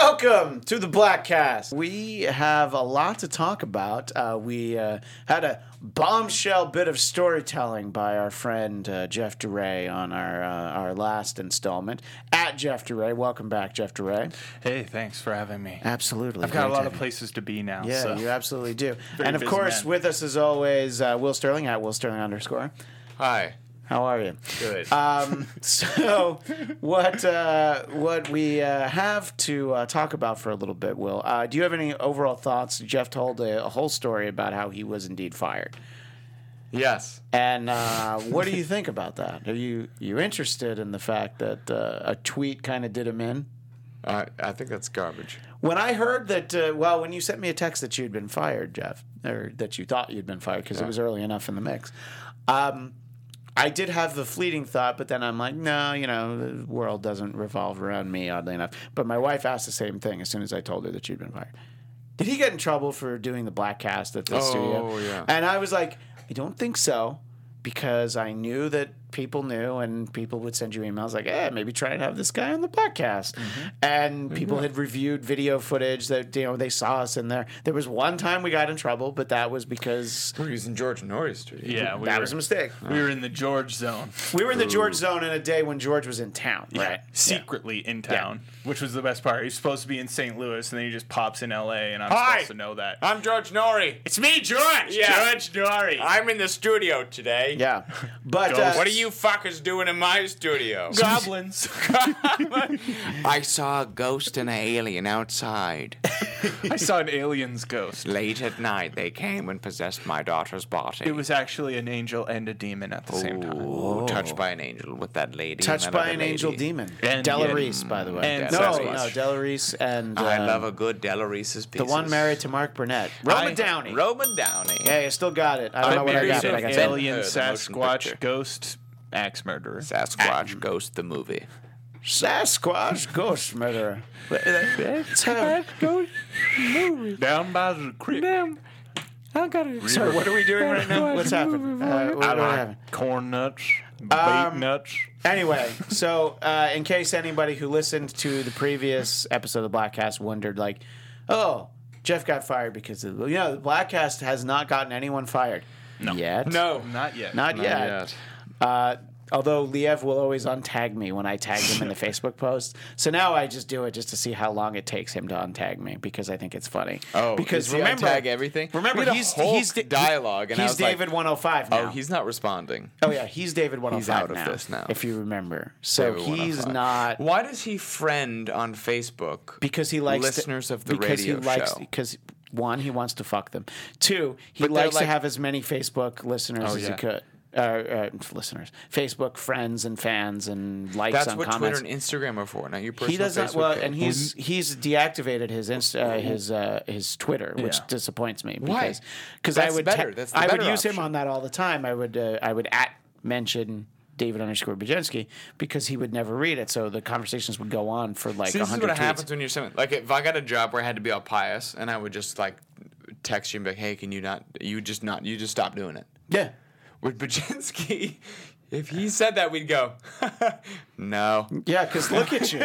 Welcome to the Blackcast. We have a lot to talk about. Uh, we uh, had a bombshell bit of storytelling by our friend uh, Jeff DeRay on our uh, our last installment at Jeff DeRay. Welcome back, Jeff DeRay. Hey, thanks for having me. Absolutely, I've got Great a to lot have of you. places to be now. Yeah, so. you absolutely do. Very and of busy course, man. with us as always, uh, Will Sterling at Will Sterling underscore. Hi. How are you? Good. Um, so, what uh, what we uh, have to uh, talk about for a little bit, Will? Uh, do you have any overall thoughts? Jeff told a, a whole story about how he was indeed fired, yes. and uh, what do you think about that? Are you you interested in the fact that uh, a tweet kind of did him in? I I think that's garbage. When I heard that, uh, well, when you sent me a text that you'd been fired, Jeff, or that you thought you'd been fired because it was early enough in the mix, um, I did have the fleeting thought, but then I'm like, no, you know, the world doesn't revolve around me, oddly enough. But my wife asked the same thing as soon as I told her that you'd been fired. Did he get in trouble for doing the black cast at the Oh, studio? yeah. And I was like, I don't think so. Because I knew that people knew, and people would send you emails like, "Eh, maybe try and have this guy on the podcast." Mm-hmm. And people had reviewed video footage that you know they saw us in there. There was one time we got in trouble, but that was because We're using George Norrie's studio. Yeah, we, that were, was a mistake. we were in the George zone, We were in the George zone in a day when George was in town, right? secretly in town, which was the best part. He's supposed to be in St. Louis, and then he just pops in L.A., and I'm Hi. supposed to know that. I'm George Norrie. It's me, George. Yeah. George Dory. I'm in the studio today. Yeah. But uh, Ghost. What are you fuckers doing in my studio? Goblins. I saw a ghost and an alien outside. I saw an alien's ghost. Late at night, they came and possessed my daughter's body. It was actually an angel and a demon at the same time. Ooh, touched by an angel with that lady. touched and by another an angel lady. demon, And- Della yeah. Reese, by the way. And no, Sasquatch. no, Della Reese and I um, love a good Delarice's piece. the one married to Mark Burnett, Roma Downey. Roman Downey. hey, I still got it. I don't know what I Married got, to but I an got Ben it. alien, Hur, the motion picture. Sasquatch, ghost, axe murderer. Sasquatch Ghost the movie. Sasquatch ghost murderer. Let's have- Down by the creek. so what are we doing right now? What's happening? Uh, what, I what like happened? corn nuts, beet Um, nuts. Anyway, so uh, in case anybody who listened to the previous episode of the Blackcast wondered, like, oh, Jeff got fired because of, you know the Blackcast has not gotten anyone fired no. yet. No. Not yet. not, yet. Uh, although Liev will always untag me when I tag him in the Facebook post, so now I just do it just to see how long it takes him to untag me because I think it's funny. Oh, because is he untag everything? Remember, We had a he's whole he's Da- dialogue, and I he's was like, David 105 now. Oh, he's not responding. Oh yeah, he's David 105 out of now, this now. If you remember, so David he's 105. not Why does he friend on Facebook? because he likes listeners to, of the because radio he likes, show. Because one, he wants to fuck them. Two, he they're likes to like- Oh, have as many Facebook listeners as he yeah. could. Uh, uh, listeners, Facebook friends and fans and likes That's on what comments. Twitter and Instagram are for. Not your personal he doesn't Facebook Mm-hmm. well, page. and he's he's deactivated his Insta, uh, his uh, his Twitter, which Yeah. disappoints me. Why? Because cause I That's would better. ta- That's the I would better use him option. on that all the time. I would uh, I would at mention David underscore Bajensky because he would never read it, so the conversations would go on for like See, this is hundred what tweets. happens when you're seven. Like, if I got a job where I had to be all pious, and I would just like text you and be like, "Hey, can you not? You just not? You just stop doing it." Yeah. With Baczynski, if he said that, we'd go, "No, Yeah, because look at you.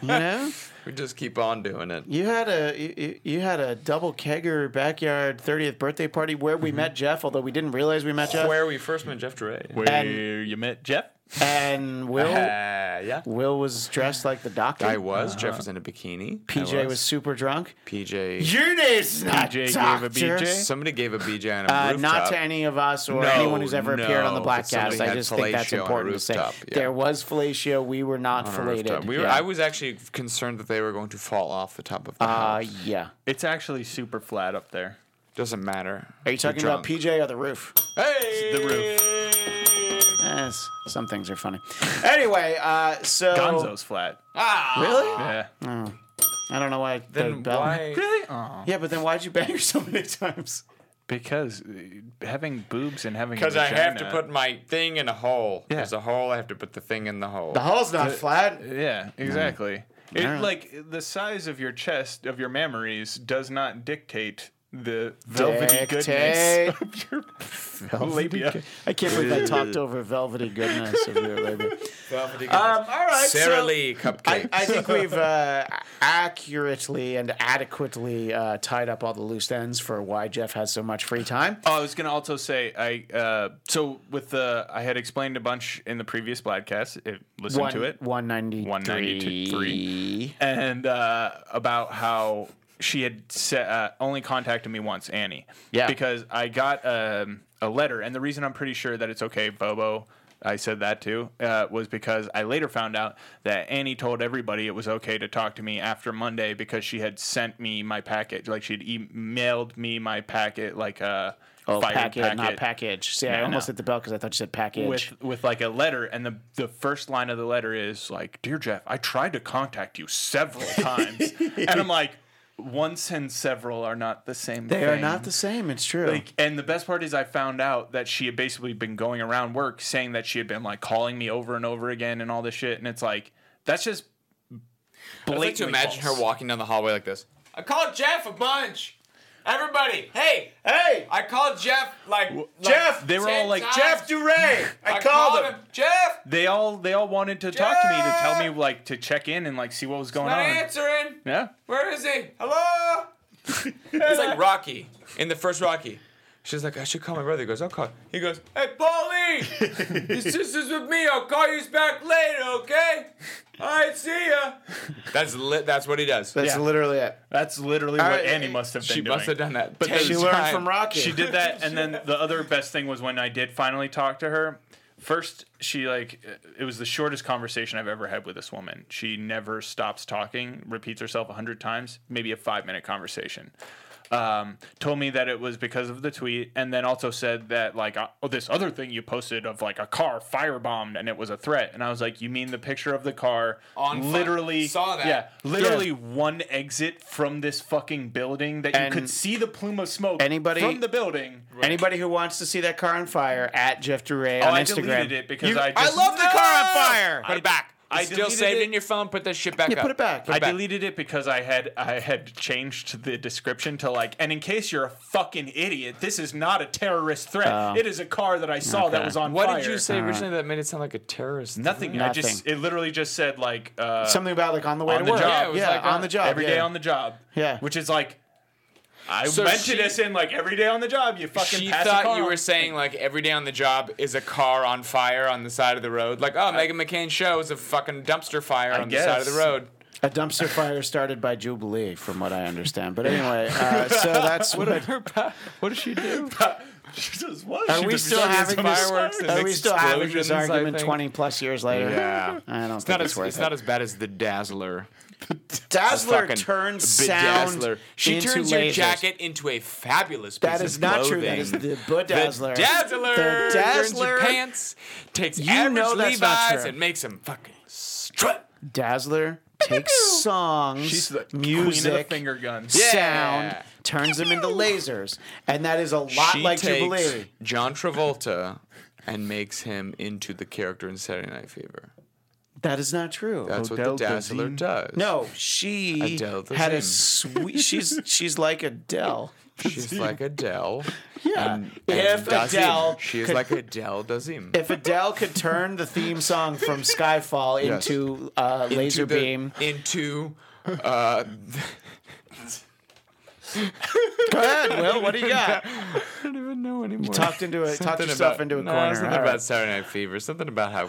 you know, we just keep on doing it." you had a you- you, you had a double kegger backyard 30th birthday party where we met Jeff, although we didn't realize we met Jeff. Mm-hmm. Where we first met Jeff Duray. Where and- you met Jeff? And Will yeah. Will was dressed like the doctor. I was. Jeff was in a bikini. PJ I Uh-huh. was. super drunk. PJ. Your name's not PJ gave doctor. a BJ? Somebody gave a BJ on a Uh, rooftop. not to any of us or No, anyone who's ever appeared on the no, but Blackcast. somebody I had just think that's fellatio on a important to say. rooftop, yeah. There was fellatio. We were not on a rooftop. fellated. We were, yeah. I was actually concerned that they were going to fall off the top of the Uh, house. yeah. It's actually super flat up there. Doesn't matter. Are you talking about PJ or the roof? Hey! The roof. Yes. Some things are funny. Anyway, uh, so Ah! Gonzo's flat. really, Yeah. I don't know why. the Then bell- why? Really? Yeah, but then why'd you bang her so many times? Because uh, having boobs and having Because a I have to vagina- put my thing in a hole. Yeah. There's a hole. I have to put the thing in the hole. The hull's not flat. Yeah, exactly. It, Alright. Like the size of your chest of your memories does not dictate the velvety Dick goodness tape. of your Velvety labia. good- I can't believe I talked over velvety goodness of your labia. Uh, Um, all right, Sara so Lee I, cupcake. I think we've uh, accurately and adequately uh, tied up all the loose ends for why Jeff has so much free time. Oh, I was gonna also say I uh, so with the I had explained a bunch in the previous podcast. If, listen to it. One ninety. 193. and uh, about how she had sa uh, only contacted me once, Annie. Yeah. Because I got um, a letter, and the reason I'm pretty sure that it's okay, Bobo. I said that too, uh, was because I later found out that Annie told everybody it was okay to talk to me after Monday because she had sent me my packet, like she'd emailed me my packet, like uh, a Oh, fire packet, not package. See, I No, almost no. hit the bell because I thought you said package. with with like a letter and the the first line of the letter is like dear jeff i tried to contact you several times and i'm like once and several are not the same they are not the same. It's true. like and the best part is i found out that she had basically been going around work saying that she had been like calling me over and over again and all this shit and it's like that's just I'd blatantly like to imagine false. her walking down the hallway like this. I called Jeff a bunch. Everybody, hey, eh, hey, I called Jeff like, like Jeff, they were all 10 like, times. Jeff Duray. I, called, him. Jeff, they all they all wanted to talk to me to tell me Jeff! like to check in and like see what was going not on answering. yeah Where is he? Hello? He's like Rocky in the first Rocky. She's like, I should call my brother. He goes, I'll call. He goes, Hey, Paulie! your sister's with me. I'll call you back later, okay? All right, see ya. That's lit. That's what he does. That's Yeah. literally it. that's literally what I- annie must have been She doing must have done that. But ten then- She learned times. from Rocky. She did that, and then the other best thing was when I did finally talk to her. First, she like it was the shortest conversation I've ever had with this woman. She never stops talking, repeats herself a hundred times, maybe a five minute conversation. Um, told me that it was because of the tweet, and then also said that like uh, oh, this other thing you posted of like a car firebombed and it was a threat, and I was like, you mean the picture of the car On fi- literally saw that. yeah, literally one exit from this fucking building that And- you could see the plume of smoke Anybody- from the building. Anybody who wants to see that car on fire at Jeff Duray Oh, on I Instagram. deleted it because I I just- love the car on No! fire. Put it back. I I still deleted saved it. it in your phone. Put that shit back Yeah, up. put it back. I back. deleted it because I had I had changed the description to like, and in case you're a fucking idiot, this is not a terrorist threat. it is a car that I saw that Oh. Okay. was on What fire. Uh-huh. did you say originally that made it sound like a terrorist? Nothing. I just it literally just said like uh, Something about like on the way On to the work. job. Yeah, Yeah, it was like on on- the job. every day yeah. on the job. Yeah. which is like. I So mentioned she- this in like every day on the job. You fucking. She pass a thought car you on- were saying like every day on the job is a car on fire on the side of the road. Like, oh, Megan McCain show is a fucking dumpster fire on the side of the guess. road. a dumpster fire started by Jubilee, from what I understand. But anyway, uh, so that's what. What does she do? Jesus, what? Are we still having this? fireworks and Are we still having this explosions, I argument think. twenty plus years later? Yeah. I don't It's think not it's as worth it's it. not as bad as the Dazzler. Dazzler Fucking turns big sound. Dazzler. She into turns your lasers. jacket into a fabulous. Piece That is of not true. That clothing. is the bedazzler. Dazzler. The Dazzler. Turns your pants. Takes You average know that's Levi's not true. and makes them fucking strut. Dazzler takes songs, She's the music, queen of the finger guns. sound, Yeah. turns them into lasers, and that is a lot like Jubilee. John Travolta and makes him into the character in Saturday Night Fever. That is not true. That's Odell what the Dazzler Dazeem? does. no, she Adele the had a same. sweet. She's she's like Adele. she's like Adele. Yeah. and- if and Dazeem. Adele, she is like Adele Dazeem. if Adele could turn the theme song from Skyfall Yes. into uh, laser Into the- beam, into. Uh, go ahead, Will. What do you got? I don't even know anymore. Talked into it. Talked Something yourself about- into a no, corner. Something All about right. Saturday Night Fever. Something about how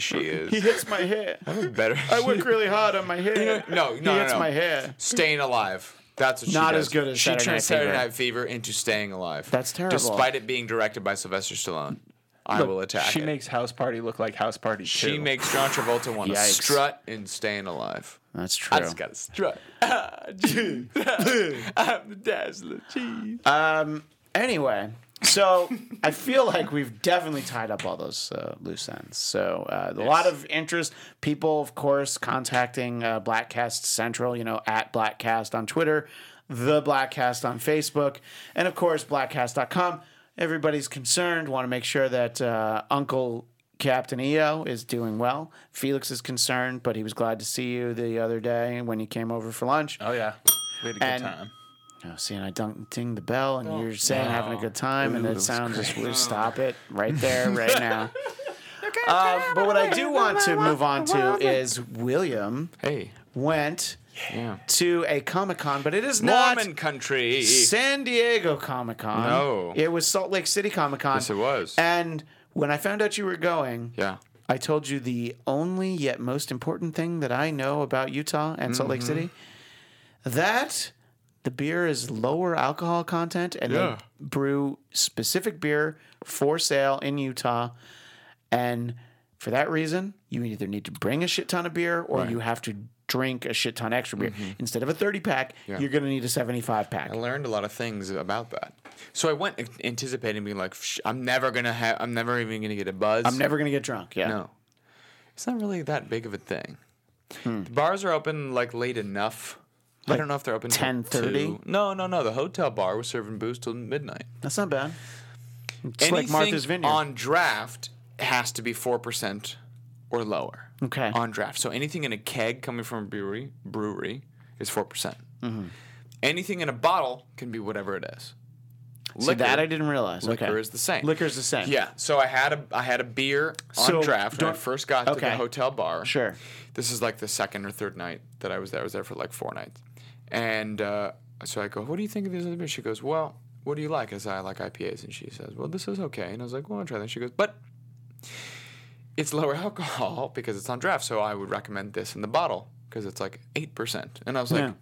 she He is. hits my hair. Better. I work really hard on my hair. No, no, he no, hits no. my hair. Staying Alive. That's what she Not does. as good as she Saturday turned Night Saturday Fever. Night Fever into Staying Alive. That's terrible. Despite it being directed by Sylvester Stallone, I will attack. She it. makes House Party look like House Party. she two. makes John Travolta want to Yikes. strut in Staying Alive. That's true. I just got to strut. Ah, gee. I'm the dazzler. Jeez. Um. Anyway, so I feel like we've definitely tied up all those uh, loose ends. So uh, a lot of interest. People, of course, contacting uh, Blackcast Central. You know, at Blackcast on Twitter, the Blackcast on Facebook, and of course, Blackcast.com. Everybody's concerned. Want to make sure that uh, Uncle Captain EO is doing well. Felix is concerned, but he was glad to see you the other day when you came over for lunch. Oh yeah, we had a good And- time. you know, seeing I dunk ding the bell and you're saying having a good time and it sounds just weird. Stop it right there, right now. Uh, but what I do want to move on to is William Hey. went Yeah. to a Comic Con, but it is not Mormon country. San Diego Comic Con. No. It was Salt Lake City Comic Con. Yes, it was. And when I found out you were going, Yeah. I told you the only yet most important thing that I know about Utah and Salt Mm-hmm. Lake City that the beer is lower alcohol content and Yeah. they brew specific beer for sale in Utah. And for that reason, you either need to bring a shit ton of beer or you have to drink a shit ton extra beer. Mm-hmm. Instead of a 30 pack, you're going to need a 75 pack. I learned a lot of things about that. So I went an- anticipating being like, "Psh, I'm never gonna have, I'm never even gonna get a buzz. I'm never going to get drunk. Yeah. No, it's not really that big of a thing. Hmm. The bars are open like late enough. I don't know if they're open till 10:30? two. No, no, no. The hotel bar was serving booze till midnight. That's not bad. It's like Anything Martha's Vineyard. on draft has to be four percent or lower. Okay. On draft, so anything in a keg coming from a brewery brewery is four percent. Mm-hmm. Anything in a bottle can be whatever it is. See, that I didn't realize. liquor okay. is the same. Liquor's the same. Yeah. So I had a I had a beer on So, draft when I don't- first got to the okay. hotel bar. Sure. This is like the second or third night that I was there. I was there for like four nights, and uh, so I go, "What do you think of these other beers?" She goes, "Well, what do you like?" I said, "I like IPAs," and she says, "Well, this is okay." And I was like, "Well, I'll try that." She goes, "But." It's lower alcohol because it's on draft, so I would recommend this in the bottle because it's like eight percent. And I was like,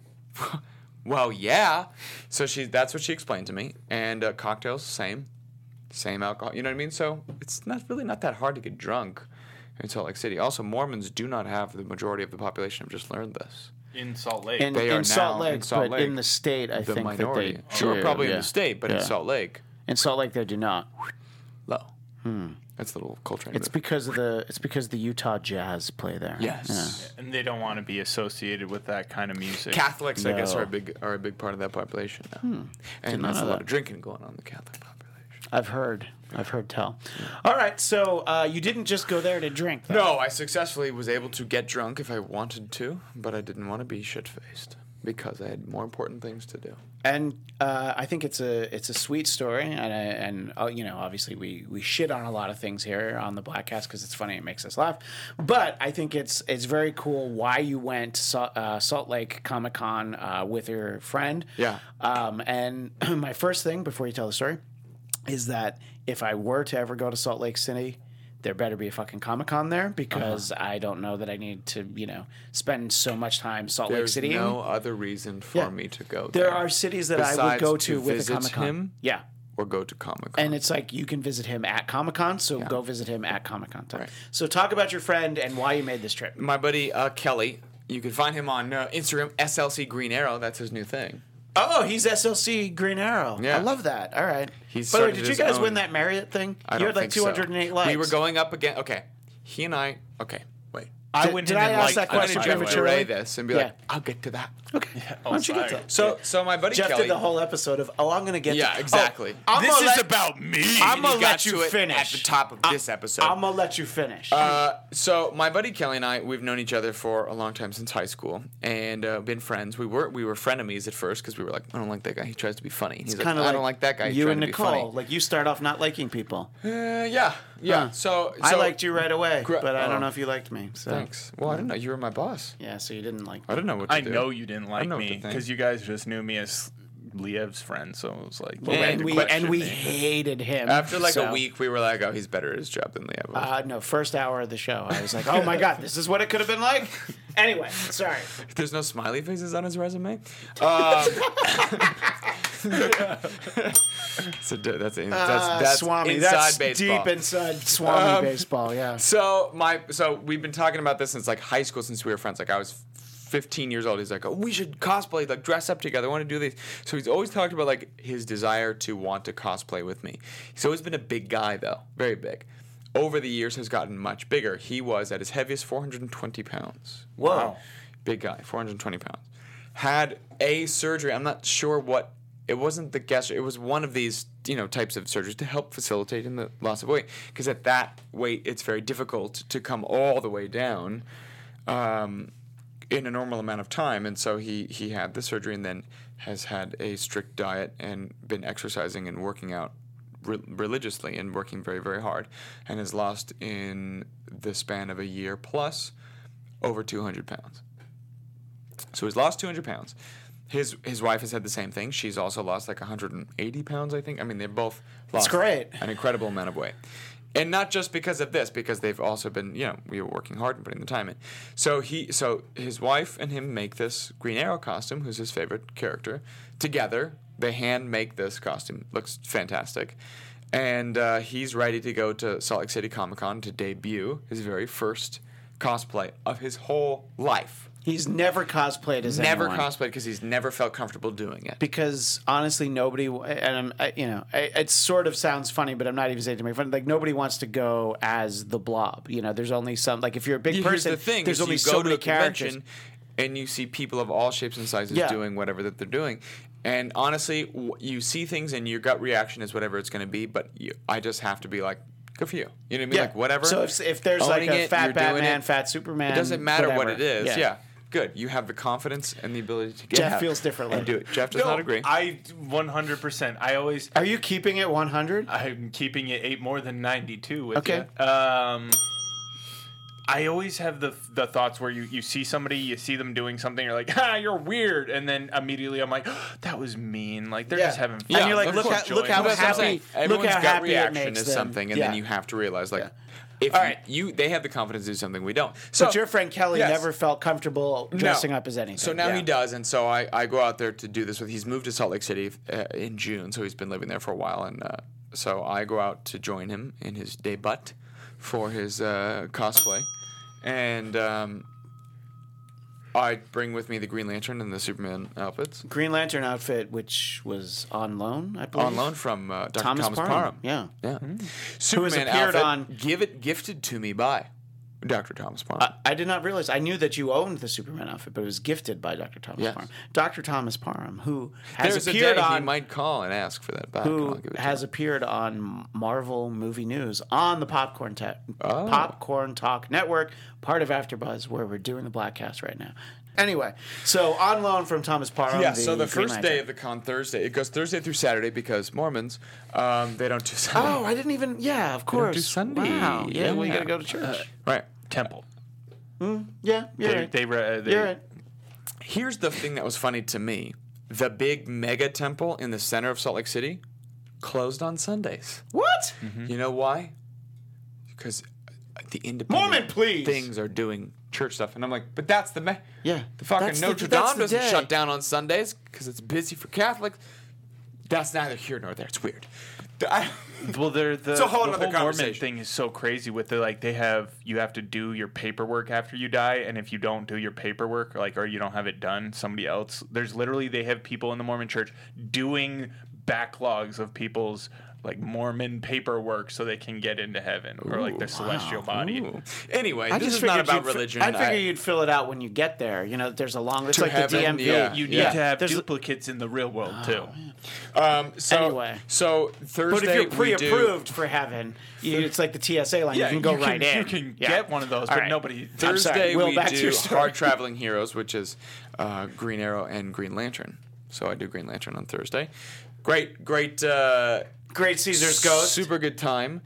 Yeah. well, yeah. So she that's what she explained to me. And uh, cocktails, same, same alcohol. You know what I mean? So it's not really not that hard to get drunk in Salt Lake City. Also, Mormons do not have the majority of the population. I've just learned this. in Salt Lake. In, They in are Salt now Lake, in Salt but Lake, in the state, I The think minority, that they sure, do, probably in yeah. the state, but in Yeah. Salt Lake, in Salt Lake they do not. low. That's the little culture. Hmm. It's because of the it's because the Utah Jazz play there. yes. and they don't want to be associated with that kind of music. Catholics, I guess, No. Hmm. are a big are a big part of that population now, and know that's a that. lot of drinking going on in the Catholic population. Yeah. I've heard. I've heard tell. All right, so uh, you didn't just go there to drink. though. No, I successfully was able to get drunk if I wanted to, but I didn't want to be shit faced because I had more important things to do. And uh, I think it's a it's a sweet story, and I, and uh, you know obviously we we shit on a lot of things here on the Blackcast because it's funny, it makes us laugh. But I think it's it's very cool why you went to Sa- uh, Salt Lake Comic Con uh, with your friend. Yeah. Um, and my first thing before you tell the story is that if I were to ever go to Salt Lake City, there better be a fucking Comic Con there because Uh-huh. I don't know that I need to you know spend so much time Salt There's Lake City. no other reason for Yeah. me to go there. There are cities that I would Besides go to to, with a visit Comic Con. him? Yeah. or go to Comic Con. And it's like you can visit him at Comic Con, so go visit him at Comic Con. Right. So talk about your friend and why you made this trip. My buddy uh, Kelly, you can find him on uh, Instagram SLC Green Arrow. That's his new thing. Oh, he's SLC Green Arrow. Yeah. I love that. All right. He's By the way, started did you his guys own- win that Marriott thing? I you don't had like think so. 208 likes. We were going up again. Okay, he and I. Okay, wait. I Did- wouldn't did I even ask like that to I'm question gonna try Jeff it. Mitchell? Jeffrey this and be like, Yeah. I'll get to that. Okay. Oh, Why don't you get sorry. that? So, so my buddy Jeff Kelly. did the whole episode of, oh, I'm going to get Yeah, that. exactly. Oh, I'm this gonna is let- about me. I'm and gonna he got let you to it at finish. the top of this episode. I'm going to let you finish. Uh, so my buddy Kelly and I, we've known each other for a long time since high school, and uh, been friends. We were we were frenemies at first because we were like, I don't like that guy. He tries to be funny. He's like, Kinda I don't like that guy. He's You trying and to Nicole, Be funny. like you start off not liking people. Uh, yeah, yeah. Huh. So, so I liked you right away, Gra- but I don't oh. know if you liked me. So. Thanks. Well, I don't know. You were my boss. Yeah, so you didn't like. I don't know what to I do. know you didn't like know what me to think. because you guys just knew me as Liev's friend, so it was like, well, and we and we me. hated him After like so- a week, we were like, oh, he's better at his job than Leah. Ah. was. Uh, no, first hour of the show, I was like, "Oh my god, this is what it could have been like." Anyway, sorry. There's no smiley faces on his resume. Um, so dude, that's that's, Uh, that's Swami, inside that's baseball. deep inside Swami Um, baseball. Yeah. So my so we've been talking about this since like high school since we were friends. Like I was 15 years old. He's like, oh, we should cosplay, like dress up together. I want to do these. So he's always talked about like his desire to want to cosplay with me. He's always been a big guy though, very big. Over the years has gotten much bigger. He was at his heaviest 420 pounds. Whoa. Big guy, 420 pounds. Had a surgery. I'm not sure what. It wasn't the gastro. It was one of these, you know, types of surgeries to help facilitate in the loss of weight. Because at that weight, it's very difficult to come all the way down. Um, in a normal amount of time. And so he he had the surgery and then has had a strict diet and been exercising and working out re- religiously and working very very hard and has lost in the span of a year plus over 200 pounds. So he's lost 200 pounds. His his wife has had the same thing. She's also lost like 180 pounds, I think. I mean, they both lost great. an incredible amount of weight. And not just because of this, because they've also been, you know, we were working hard and putting the time in. So he, so his wife and him make this Green Arrow costume, who's his favorite character. Together, they hand make this costume. Looks fantastic, and uh, he's ready to go to Salt Lake City Comic Con to debut his very first cosplay of his whole life. He's never cosplayed as Never anyone. cosplayed because he's never felt comfortable doing it. because honestly, nobody and I'm I, you know I, it sort of sounds funny, but I'm not even saying to make fun. Like nobody wants to go as the blob. You know, there's only some like if you're a big Here's person, the thing: there's is only you so go to many a characters. convention and you see people of all shapes and sizes Yeah. doing whatever that they're doing. And honestly, w- you see things, and your gut reaction is whatever it's going to be. But you, I just have to be like, good for you. You know what I mean? Like whatever. So if, if there's like Owning a it, fat you're doing Batman, it. fat Superman, It doesn't matter whatever. what it is. Yeah. Good. You have the confidence and the ability to get Jeff out feels differently. And do it. Jeff does not agree. I 100%. I always Are you keeping it 100? Uh, I'm keeping it eight more than 92 with Okay. ya. Um, I always have the the thoughts where you, you see somebody, you see them doing something, you're like, ah, you're weird. And then immediately I'm like, that was mean. Like, they're just having fun. And you're like, of look, course, how, look Joy. how That's That's what I'm saying. happy, look Everyone's how gut happy it reaction makes is them. something, and Yeah. then you have to realize like, if All you- right. you, they have the confidence to do something we don't. So But your friend Kelly Yes. never felt comfortable dressing up as anything. So now Yeah. he does, and so I, I go out there to do this with. He's moved to Salt Lake City uh, in June, so he's been living there for a while, and uh, so I go out to join him in his debut for his uh, cosplay, and um, I bring with me the Green Lantern and the Superman outfits Green Lantern outfit, which was on loan, I believe. on loan from uh, Dr. Thomas, Thomas, Parham. Parham. Yeah. Yeah. Hmm. has Superman appeared outfit, on- Uh, give it gifted to me by Dr. Thomas Parham. I did not realize. I knew that you owned the Superman outfit, but it was gifted by Dr. Thomas Yes. Parham. Dr. Thomas Parham, who has There's a day appeared he on might call and ask for that back. and I'll who give it to has him. appeared on Marvel Movie News on the Popcorn Ta- Oh. Popcorn Talk Network, part of AfterBuzz, where we're doing the Blackcast right now. Anyway, so on loan from Thomas Parham. Yeah, so Green the first Lantern. day of the con Thursday, it goes Thursday through Saturday because Mormons, um, they don't do Sunday. Oh, I didn't even. Yeah, of do course. Sunday. Wow. Yeah, we Yeah. Uh, gotta go to church. Right. Temple. yeah, you're They, right. they, re- they, you're right. Here's the thing that was funny to me the big mega temple in the center of Salt Lake City closed on Sundays. What? You know why? Because uh, the independent Mormon, please. things are doing church stuff. And I'm like, but that's the. Me- Yeah, The fucking That's the- Notre that's Dame the doesn't day. shut down on Sundays because it's busy for Catholics. That's neither here nor there. It's weird. The- I- Well, they're the, a whole the nother whole Mormon conversation. thing is so crazy with the like they have you have to do your paperwork after you die, and if you don't do your paperwork, like or you don't have it done, somebody else. There's literally they have people in the Mormon Church doing backlogs of people's like Mormon paperwork so they can get into heaven or like their celestial body. Ooh. Anyway, I this just is figured not about you'd fi- religion. I figure you'd fill it out when you get there. You know, there's a long. It's To like heaven, the DMV. yeah. You need Yeah. to have There's- Oh, duplicates in the real world too. Um, so, Anyway. so But Thursday if you're we do- pre-approved for heaven, you, it's like the TSA line. you can go right in. You can Yeah. get one of those, All but right. nobody. I'm sorry, Thursday Will, we back to do your story. Hard Traveling Heroes, which is uh, Green Arrow and Green Lantern. So I do Green Lantern on Thursday. Great, great, uh, Great Caesar's Ghost. super good time.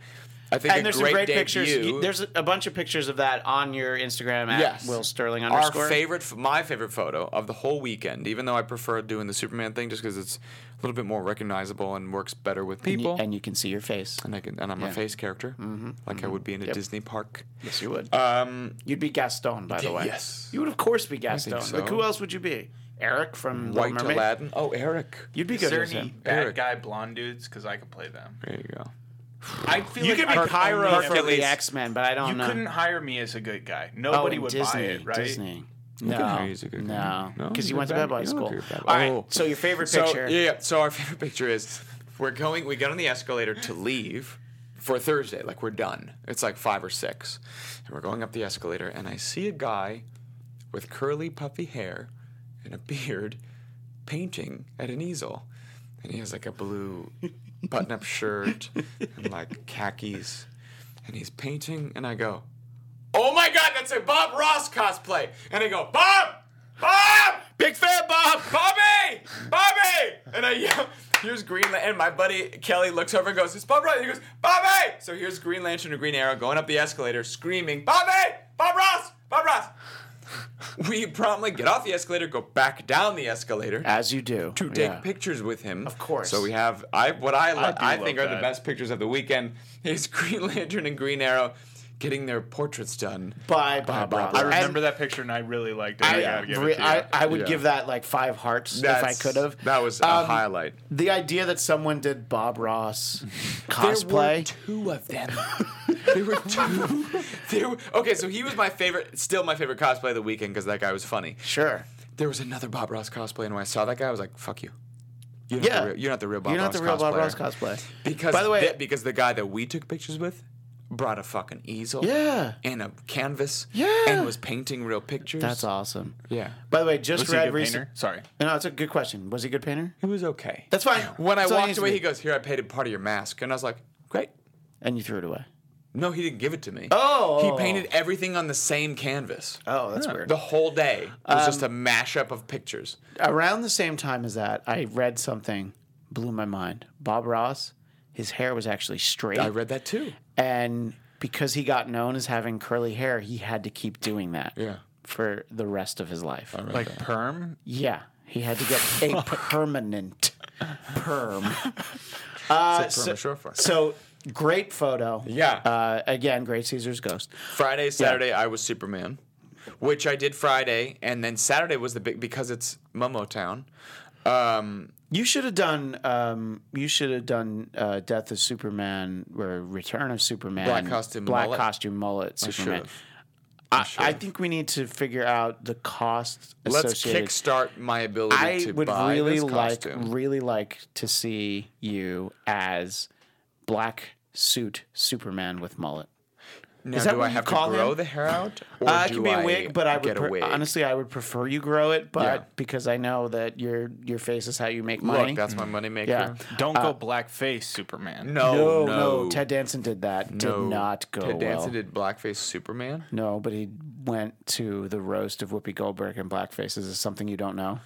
I think and a there's great some great debut. pictures. You- There's a- a bunch of pictures of that on your Instagram at Yes. Will Sterling Our underscore. favorite, f- my favorite photo of the whole weekend, even though I prefer doing the Superman thing just because it's a little bit more recognizable and works better with And you- people. and you can see your face. And I can, and I'm a face character, Mm-hmm. like I would be in a Disney park. Yes, you would. Um, You'd be Gaston, by the way. yes. You would, of course, be Gaston. so. Like, who else would you be? Eric from Little White Mermaid? Aladdin. Oh, Eric. You'd be Is good there as any him. bad Eric. guy blonde dudes? Because I could play them. There you go. I feel You like could I be Pyro only from ever- the X Men, but I don't You know. couldn't hire me as a good guy. uh, oh, Nobody in would Disney, buy it, right? Disney. No, hire you as a good guy. no, No, because you you're went to bad- bad boy you're school. okay with bad All boy. right, so your favorite So picture. yeah, so our favorite picture is we're going. We get on the escalator to leave for Thursday. Like we're done. It's like five or six, and we're going up the escalator, and I see a guy with curly puffy hair and a beard painting at an easel, and he has like a blue button-up shirt and like khakis, and he's painting, and I go. Oh my God, that's a Bob Ross cosplay. And I go, Bob, Bob! Big fan, Bob. Bobby! Bobby! And I yell, here's Green Lantern. My buddy Kelly looks over and goes, it's Bob Ross. And he goes, Bobby! So here's Green Lantern and Green Arrow going up the escalator screaming, Bobby! Bob Ross! Bob Ross! We promptly get off the escalator, go back down the escalator As you do. to take Yeah. pictures with him. Of course. So we have I what I li- do I, love think are that. the best pictures of the weekend is Green Lantern and Green Arrow getting their portraits done. Bye, Bob. Ross. I And remember that picture and I really liked it. I, I, gotta give re- it to you. I, I would Yeah. give that like five hearts if I That's- could have. That was a Um, highlight. The idea that someone did Bob Ross There were cosplay. two of them. there were two. There were, okay, so he was my favorite, still my favorite cosplay of the weekend because that guy was funny. Sure. There was another Bob Ross cosplay, and when I saw that guy, I was like, "Fuck you." You're not, Yeah. the, real, you're not the real Bob You're not Ross the real Bob cosplayer." Ross cosplay. Because By the way- the- because the guy that we took pictures with brought a fucking easel, Yeah. and a canvas, Yeah. and was painting real pictures. That's awesome. Yeah, By the way, just Was he a read good recent. painter? Sorry. No, it's a good question. Was he a good painter? it was okay. That's fine. when I That's all walked needs to away, be. he goes, "Here, I painted part of your mask," and I was like, "Great." and you threw it away. No, he didn't give it to me. Oh. He painted everything on the same canvas. Oh, that's weird. Um, The whole day was just a mashup of pictures. Around the same time as that, I read something blew my mind. Bob Ross, his hair was actually straight, I read that too. and because he got known as having curly hair, he had to keep doing that. For the rest of his life. Like perm? Yeah, he had to get a permanent perm. Uh, so- So great photo. Yeah. Uh, again, great Caesar's ghost. Friday, Saturday, I was Superman, which I did Friday, and then Saturday was the big because it's Momo Town. Um, You should have done. Um, you should have done uh, Death of Superman or Return of Superman. Black costume Black mullet. costume mullet. Superman. should've. I, I think we need to figure out the cost let's associated. kickstart my ability I to would buy really this like, costume. really like to see you as black suit Superman with mullet. now, is that do what I you have to call grow him? the hair out, or Uh, it do could be a I wig, but I would get a pre- wig? honestly I would prefer you grow it, but Yeah. because I know that your your face is how you make money. Look, that's my moneymaker. yeah. Don't go blackface, Superman. No, Uh, Oh, No, Oh, no, no, Ted Danson did that. Did not go Ted well. Danson did blackface Superman. No, but he went to the roast of Whoopi Goldberg in blackface. Is this something you don't know?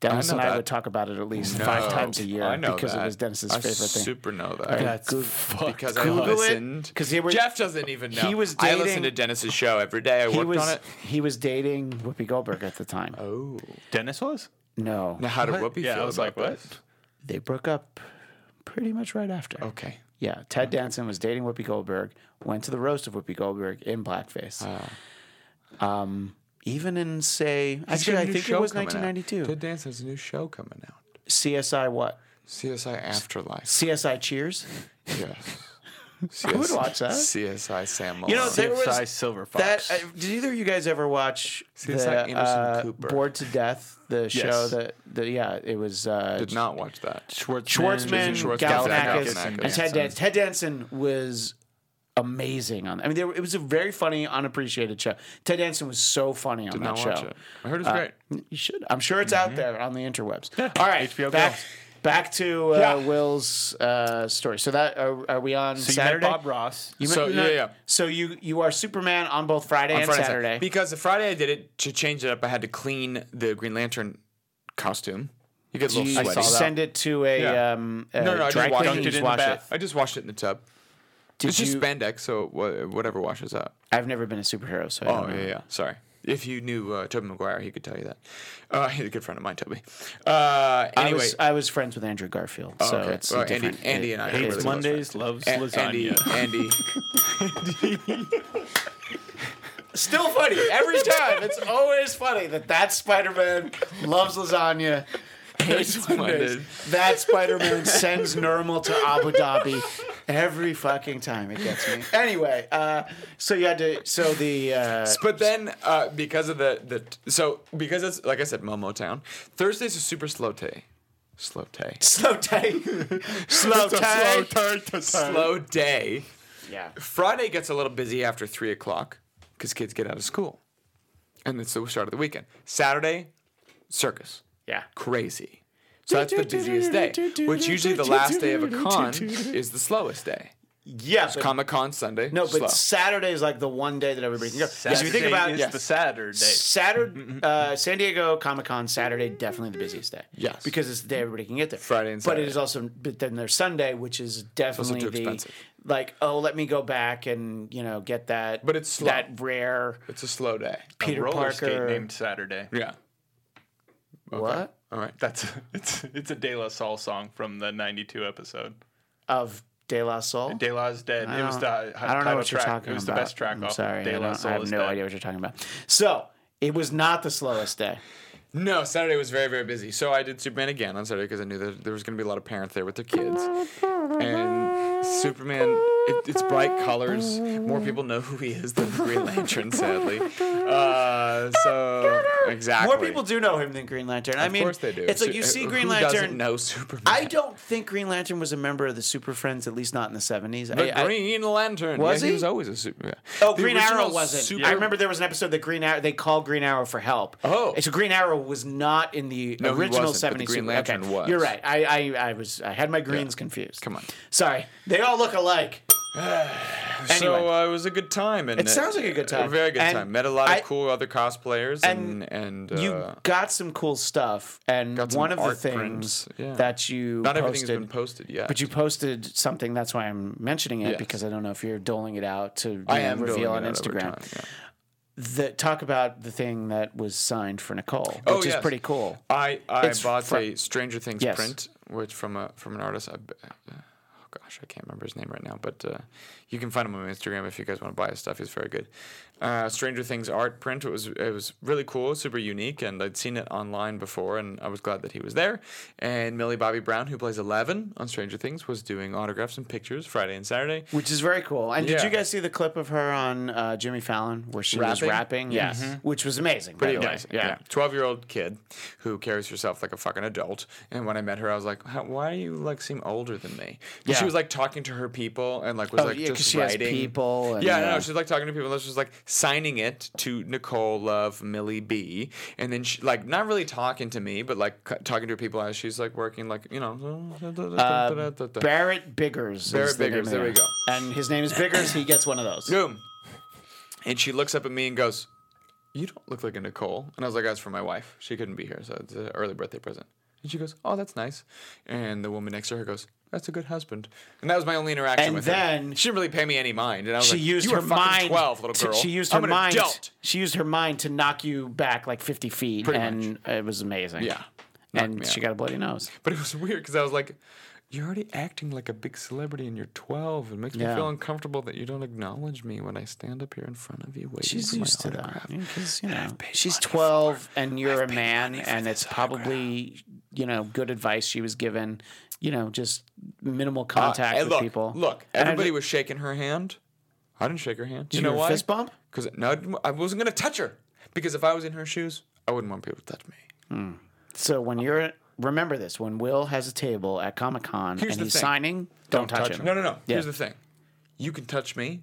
Dennis know and I that. would talk about it at least five No, times a year I know because that. it was Dennis's I favorite thing. Super know that. That's because I Google it, listened. 'cause they were- Jeff doesn't even know. He was I dating- listened to Dennis's show every day. I He worked was on it. he was dating Whoopi Goldberg at the time. Oh, Dennis was? No, now how did Whoopi Yeah, feel I was like, about what? that? they broke up pretty much right after. Okay. Yeah, Ted Danson was dating Whoopi Goldberg, went to the roast of Whoopi Goldberg in blackface. Um, Ah. even in say, actually, I think it was 1992. Ted Dance has a new show coming out. CSI what? CSI Afterlife. CSI Cheers. Yes. I would watch that. CSI Sam Malone. You know, there was CSI Silver Fox. that. Uh, did either of you guys ever watch CSI the Anderson uh, Cooper. Bored to Death? The show that, the, yeah, it was uh, did not watch that. Schwartzman, Jason Schwartzman, Galifianakis, Galifianakis, and and Ted Danson. Danson. Ted Danson was amazing on. I mean, there, it was a very funny, unappreciated show. Ted Danson was so funny on Did that not show. Uh, watch it. Mm-hmm. I heard it's great. You should. I'm sure it's out there on the interwebs. All right, HBO back Go. back to uh, Yeah. Will's uh, story. So that are, are we on So you met Saturday? Bob Ross. You So, yeah, yeah. So you you are Superman on both Friday and Friday and Saturday. Because the Friday I did it to change it up, I had to clean the Green Lantern costume. You get a little you sweaty. you send it to a Yeah. um a no, I dry just washed cleaning, it you just in the wash bath. I just washed it in the tub. Did it's just you- spandex, so wha- whatever washes up. I've never been a superhero, so I Oh don't know. yeah, yeah. Sorry. If you knew uh, Toby McGuire, he could tell you that. Uh, he's a good friend of mine, Toby. Uh, I anyway, was I was friends with Andrew Garfield, so okay. it's Well, a Andy, different. Andy and I. are Hates really close Mondays, friends. loves A- lasagna. Andy, Andy. Still funny every time. It's always funny that that Spider Man loves lasagna. Hates Mondays. Mondays. That Spider Man sends Normal to Abu Dhabi every fucking time. It gets me. Anyway, uh, so you had to. So the uh, But then, uh, because of the the so because it's like I said, Momo Town. Thursday's a super slow day. Slow day. slow day, slow day. Slow day. Yeah. Friday gets a little busy after three o'clock because kids get out of school, and it's the start of the weekend. Saturday, circus, Yeah. crazy. So that's the busiest day, which usually the last day of a con is the slowest day. yeah, but, Comic Con Sunday. no, slow. but Saturday is like the one day that everybody can go. Because if you think Saturday about is yes. the Saturday. Saturday, Mm-hmm, uh, San Diego Comic Con Saturday, definitely the busiest day. Yes. because it's the day everybody can get there. Friday and but it Saturday. is also. But then there's Sunday, which is definitely too the expensive. like. Oh, let me go back and you know get that. But it's slow. that rare it's a slow day. Peter roller skate Parker. named Saturday. Yeah. what All right. That's it's it's a De La Soul song from the '92 episode. of De La Soul. De La's dead. It was the I h- don't- I don't know title what you're track. talking about. It was the best track I'm off. Sorry, I De La don't- Soul I have is no dead. idea what you're talking about. So it was not the slowest day. No, Saturday was very, very busy. So I did Superman again on Saturday because I knew that there was going to be a lot of parents there with their kids. And Superman, it, it's bright colors. More people know who he is than Green Lantern, sadly. Uh, so, exactly. More people do know him than Green Lantern. I Of mean, course they do. it's like you Su- see who Green doesn't Lantern. know Superman. I don't think Green Lantern was a member of the Super Friends, at least not in the seventies. The Green Lantern. Was yeah, he? he? was always a Superman. oh, Green Arrow wasn't. Super- I remember there was an episode that Green Arrow they called Green Arrow for help. Oh. And so Green Arrow was not in the No, he original wasn't, but the seventies. Green Lantern okay. was. You're right. I, I I was I had my greens confused. Come on. Sorry, they all look alike. anyway. So uh, it was a good time, and It sounds like a good time. A very good And time. Met a lot of I- cool other cosplayers, and and, uh, you got some cool stuff, and got some one of the art things prints, yeah. that you not everything's posted, been posted yet. but you posted something. That's why I'm mentioning it Yes. because I don't know if you're doling it out to you I know, am reveal on doing it over Instagram. time, yeah. The talk about the thing that was signed for Nicole, which Oh, is yes. pretty cool. I I It's bought fr- a Stranger Things Yes. print, which from a from an artist. I, b- uh, oh gosh, I can't remember his name right now, but uh, you can find him on Instagram if you guys want to buy his stuff. He's very good. Uh, Stranger Things art print. It was it was really cool, super unique, and I'd seen it online before, and I was glad that he was there. And Millie Bobby Brown, who plays Eleven on Stranger Things, was doing autographs and pictures Friday and Saturday. Which is very cool. And did Yeah. you guys see the clip of her on uh, Jimmy Fallon where she was Rapping? rapping? Mm-hmm. Yes. Which was amazing. by Pretty the way. amazing. Yeah. 12 year old kid who carries herself like a fucking adult. And when I met her, I was like, How, why do you like seem older than me? Yeah. She was like talking to her people and like was Oh, like yeah, 'cause just she has writing. people and, yeah, no, yeah. no, she's like talking to people. And she was like signing it to Nicole Love Millie B. And then she like not really talking to me, but like c- talking to her people as she's like working like you know. Uh, Barrett Biggers. is Barrett the name Biggers, of there the we guy. And his name is Biggers. He gets one of those. Boom. And she looks up at me and goes, You don't look like a Nicole. And I was like, That's for my wife. She couldn't be here. So it's an early birthday present. And she goes, Oh, that's nice. And the woman next to her goes, That's a good husband. And that was my only interaction And with then- her. She didn't really pay me any mind. And I was She like, used you her are fucking mind. 12, little to- girl. she used her I'm an mind. Adult. She used her mind to knock you back like fifty feet, Pretty and it was amazing. Yeah. Knocked and me she out. got a bloody nose. But it was weird because I was like, You're already acting like a big celebrity and you're 12. It makes Yeah. me feel uncomfortable that you don't acknowledge me when I stand up here in front of you waiting She's for my used to autograph. that. Yeah, 'cause, you know, paid she's money for- twelve, and you're a paid man, money for and this it's probably you know good advice she was given. You know, just minimal contact Uh, with look, people. Look, And I everybody did- was shaking her hand. I didn't shake her hand. Did you know give her a why? Fist bump. Because no, I wasn't gonna touch her. Because if I was in her shoes, I wouldn't want people to touch me. So when you're remember this, when Will has a table at Comic Con and Here's the he's thing. signing, don't, touch, him. No, no, no. Yeah. Here's the thing. You can touch me.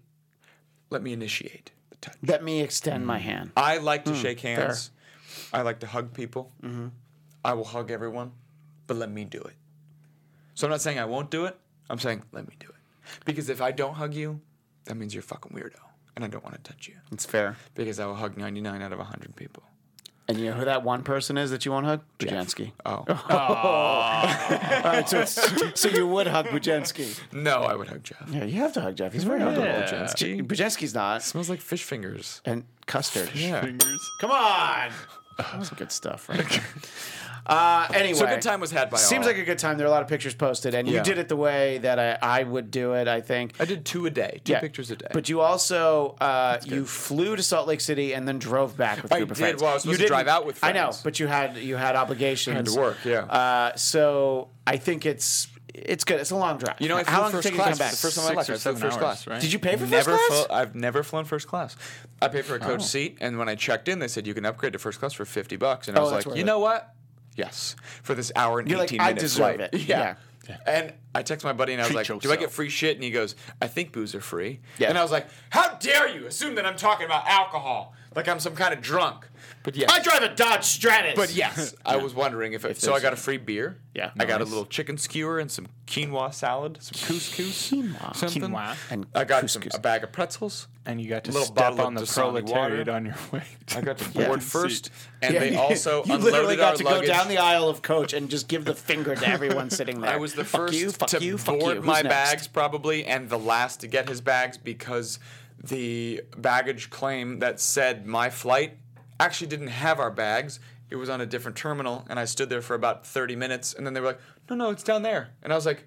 Let me initiate the touch. Let me extend Mm. my hand. I like Hmm. to shake hands. I like to hug people. Mm-hmm. I will hug everyone, but let me do it. So I'm not saying I won't do it. I'm saying let me do it. Because if I don't hug you, that means you're a fucking weirdo, and I don't want to touch you. It's fair. Because I will hug 99 out of 100 people. And you know who that one person is that you won't hug? Bujansky. Oh. All right, so, it's- so you would hug Bujansky. No, I would hug Jeff. Yeah, you have to hug Jeff. He's very huggable. Yeah. Bujansky. Bujansky's not. smells like fish fingers. And custard. Yeah. Fingers. Come on. That's good stuff, right? there. Uh, anyway, So a good time was had by Seems all. like a good time. There are a lot of pictures posted, and you Yeah. did it the way that I, I would do it. I think. I did two a day, two Yeah. pictures a day. But you also uh, you flew to Salt Lake City and then drove back with a I group of did. friends. Well, I was You supposed to drive didn't- out with I know, friends. but you had you had obligations. to work, yeah. Uh, so I think it's it's good. It's a long drive. you know, I how flew long did it first take you to class. come back? It's the first time in my Six life or I flew seven first hours, class. right? Did you pay for first Never class? flew- I've never flown first class. I paid for a coach seat, and when I checked in, they said you can upgrade to first class for fifty bucks, and I Oh, was that's like, worth you it. know what? Yes, for this hour and You're like, eighteen I minutes. deserve it. Yeah. Yeah. And I text my buddy and I was Treat like, "Do I yourself. get free shit?" And he goes, "I think booze are free." Yeah. And I was like, "How dare you assume that I'm talking about alcohol? Like I'm some kind of drunk." But yes. I drive a Dodge Stratus. But yes, I was wondering if, it, so. I there's got a free beer. Yeah. I got a Nice. little chicken skewer and some quinoa salad, some couscous, Quinoa. something. Quinoa. And I got some, couscous. a bag of pretzels. And you got to Little step bottle of on the Dasani proletariat water. on your way. to- I got to Yeah. board first, and they Yeah, also you literally unloaded got our to luggage. go down the aisle of coach and just give the finger to everyone sitting there. I was the Fuck first you, fuck to you, fuck board you. Who's my next? bags probably, and the last to get his bags because the baggage claim that said my flight actually didn't have our bags. It was on a different terminal, and I stood there for about 30 minutes, and then they were like, "No, no, it's down there," and I was like,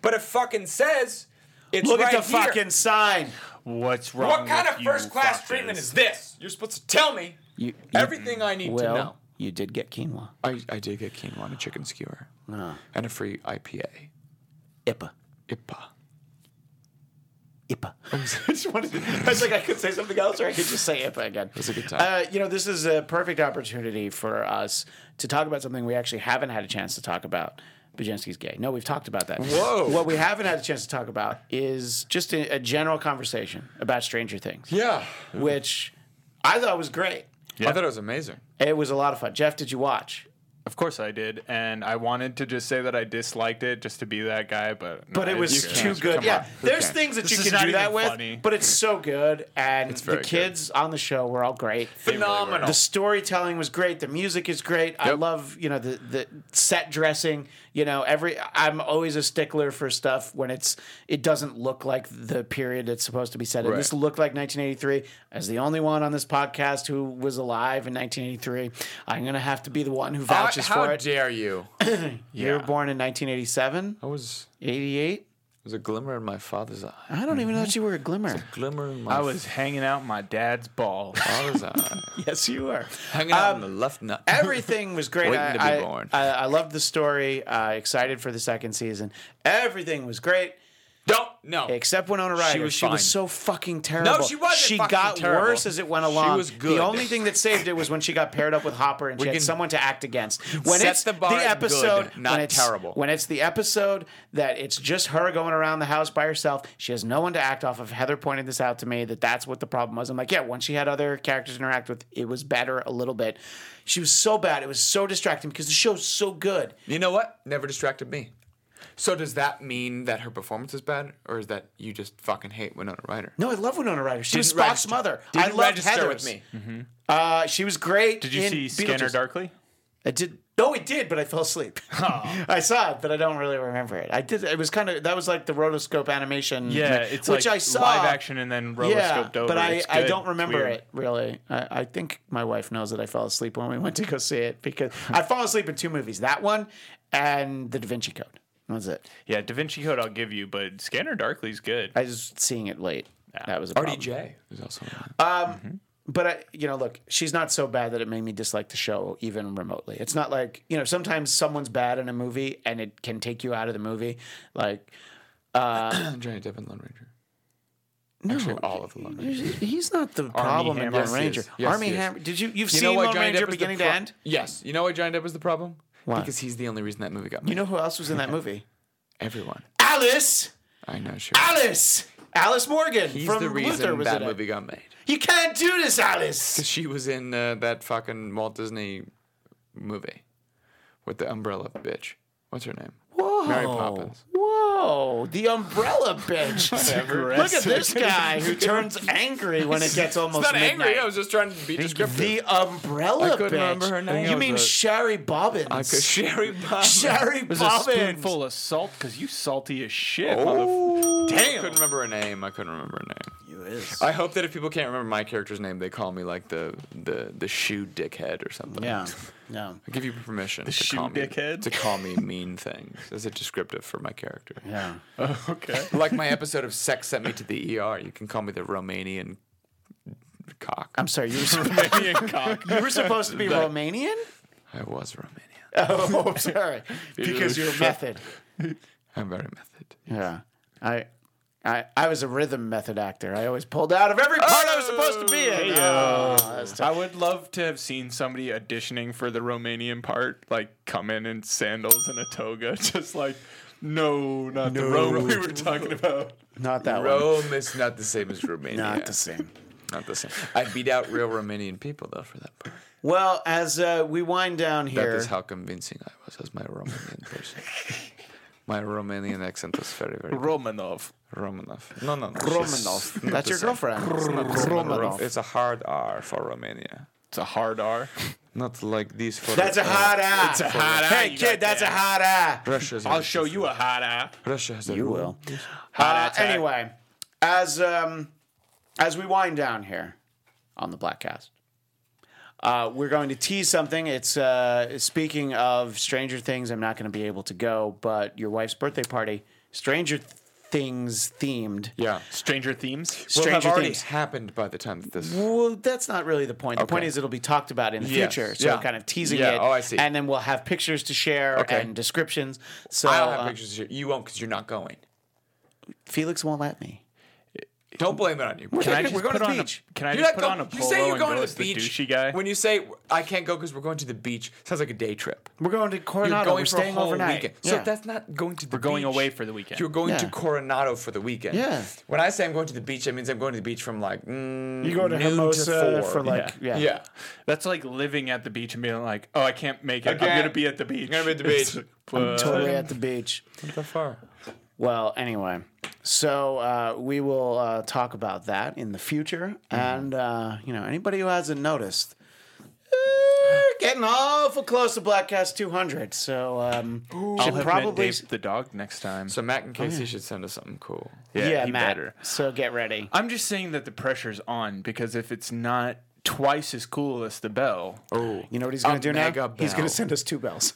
"But it fucking says it's Look right at the here. fucking sign. What's wrong? What kind with of you first class fuckers? treatment is this? You're supposed to tell me. You, everything I need to know." you did get quinoa. I, I did get quinoa and a chicken skewer and a free IPA. IPA. IPA. IPA. I just wanted to, I was like, I could say something else, or I could just say IPA again. It's a good time. Uh, you know, this is a perfect opportunity for us to talk about something we actually haven't had a chance to talk about. Bajenski's gay. No, we've talked about that. Whoa. What we haven't had a chance to talk about is just a, a general conversation about Stranger Things, Yeah. which I thought was great. I thought it was amazing. It was a lot of fun. Jeff, did you watch? Of course I did, and I wanted to just say that I disliked it just to be that guy, but no, But it was it's- too Come good. on. Yeah, there's cares? things that This you is can not do that even with, funny. but it's so good, and the very good. kids on the show were all great. Phenomenal. The storytelling was great. The music is great. I love you know the the set dressing. You know every I'm always a stickler for stuff when it's it doesn't look like the period it's supposed to be set in. This Right. looked like 1983. As the only one on this podcast who was alive in 1983, I'm gonna have to be the one who vouches how for it. dare you? You were born in 1987, I was 88. was a glimmer in my father's eye. I don't even know that you were a glimmer. Glimmer in my I was hanging out my dad's ball. father's eye. Yes, you were. Hanging out in the left nut. Everything was great. Waiting I, to be I- born. I, I loved the story. Uh, excited for the second season. Everything was great Don't no. except Winona Ryder. She was was, fine. so fucking terrible. she wasn't She fucking got terrible. worse as it went along. was good. The only thing that saved it was when she got paired up with Hopper and she can had someone to act against. When set it's the bar at good, episode, not when it's, terrible. When it's the episode that it's just her going around the house by herself, she has no one to act off of. Heather pointed this out to me that that's what the problem was. I'm like, yeah. Once she had other characters to interact with, it was better a little bit. She was so bad. It was so distracting because the show's so good. You know what? Never distracted me. So does that mean that her performance is bad, or is that you just fucking hate Winona Ryder? No, I love Winona Ryder. She was Didn't Spock's register. mother. Didn't I loved register Heather with me. Uh, she was great. Did you in see Scanner Beetlejuice. Darkly? I did. No, it did, but I fell asleep. I saw it, but I don't really remember it. I did. It was kind of that was like the rotoscope animation. Yeah, it's which like I saw live action and then rotoscoped Yeah, over. but I, It's I good. don't It's remember weird. it really. I, I think my wife knows that I fell asleep when we went to go see it because I fall asleep in two movies: that one and The Da Vinci Code. That was it. Yeah, Da Vinci Code I'll give you, but Scanner Darkly's good. I was seeing it late. That was a problem. RDJ is also. Uh, but I, you know, look, she's not so bad that it made me dislike the show even remotely. It's not like you know, sometimes someone's bad in a movie and it can take you out of the movie. Like, Johnny Depp and Lone Ranger. Actually, all of the Lone Ranger. he's not the problem in Hammer. Lone Ranger. Yes, he is. Army Yes, he Hammer. Did you you've You seen know why Lone Johnny Ranger Depp is beginning the to pro- end? Yes. You know why Johnny Depp is the problem? Why? Because he's the only reason that movie got made. You know who else was in that movie? everyone. Alice, I know. Sure. Alice, Alice Morgan He's from the Luther reason was that in it. movie got made. You can't do this, Alice. She was in uh, that fucking Walt Disney movie with the umbrella bitch. What's her name? Whoa. Mary Poppins. Whoa, the umbrella bitch. Look at this guy who turns angry when it gets almost midnight. was just trying to be The umbrella I couldn't bitch. remember her name. You It mean was a- Sherry Bobbins? I could Sherry Bobbins. Sherry There's a Bobbins. spoonful of salt because you salty as shit. motherf- Oh, Damn. I couldn't remember her name. I couldn't remember her name. You is. I hope that if people can't remember my character's name, they call me like the the the shoe dickhead or something. Yeah. No. I give you permission to shoe call me dickhead? to call me mean things as a descriptive for my character. Yeah. okay. Like my episode of Sex Sent Me to the ER. You can call me the Romanian cock. I'm sorry. You were, sup- Romanian cock. you were supposed to be Romanian? I was Romanian. Oh, I'm sorry. Because you're method. I'm very method. Yeah. I. I, I was a rhythm method actor. I always pulled out of every part I was supposed to be in. uh, Oh, that's tough. I would love to have seen somebody auditioning for the Romanian part, like come in in sandals and a toga, just like, no, not the Rome we were talking about. Not that one. Rome is not the same as Romania. Not the same. Not the same. I beat out real Romanian people though for that part. Well, as uh, we wind down That here, is how convincing I was as my Romanian person. my Romanian accent was very, very good. Romanov. Romanov. No, no, no. Romanov. That's your girlfriend. Romanov. Romanov. It's a hard R for Romania. It's a hard R. Not like these for uh, That's a hot eye. It's a hot eye, Hey, you kid, that's a goddamn- hot eye. Russia's I'll show you a hot eye. Russia has a You rule. will. Hot Uh, eye. anyway, as um, as we wind down here on the Blackcast, uh, we're going to tease something. It's uh, speaking of Stranger Things. I'm not going to be able to go, but your wife's birthday party, Stranger Things themed. Yeah. Stranger Themes. Will Stranger have already Things. happened by the time that this. Well, that's not really the point. The point is it'll be talked about in the Yes. future. So Yeah. kind of teasing Yeah. it. Oh, I see. And then we'll have pictures to share Okay. and descriptions. So I don't have uh, pictures here. You won't because you're not going. Felix won't let me. Don't blame it on you. We're, Can I taking- just we're going put to the on a- beach. can I You're just not put go- on a You say polo you're and going go to as the the beach. douchey guy? When you say I can't go because we're going to the beach, sounds like a day trip. We're going to You're Coronado. going We're for staying a whole overnight. weekend. Yeah. So that's not going to the We're going beach. away for the weekend. You're going to Yeah. Coronado for the weekend. Yeah. When I say I'm going to the beach, it means I'm going to the beach from like mm, You go to noon Hermosa to four. for like yeah. yeah. That's like living at the beach and being like, oh, I can't make it. Again. I'm gonna be at the beach. gonna be at the beach. totally at the beach. Not that far. Well, anyway, so uh, we will uh, talk about that in the future, Mm-hmm. and uh, you know anybody who hasn't noticed, eh, getting awful close to Blackcast 200. So um, I'll should have probably probably Dave the dog next time. So Matt and Casey should send us something cool. yeah, he Matt. better. So get ready. I'm just saying that the pressure's on because if it's not twice as cool as the bell, Oh, You know what he's going to A do now? mega He's going bell. to send us two bells.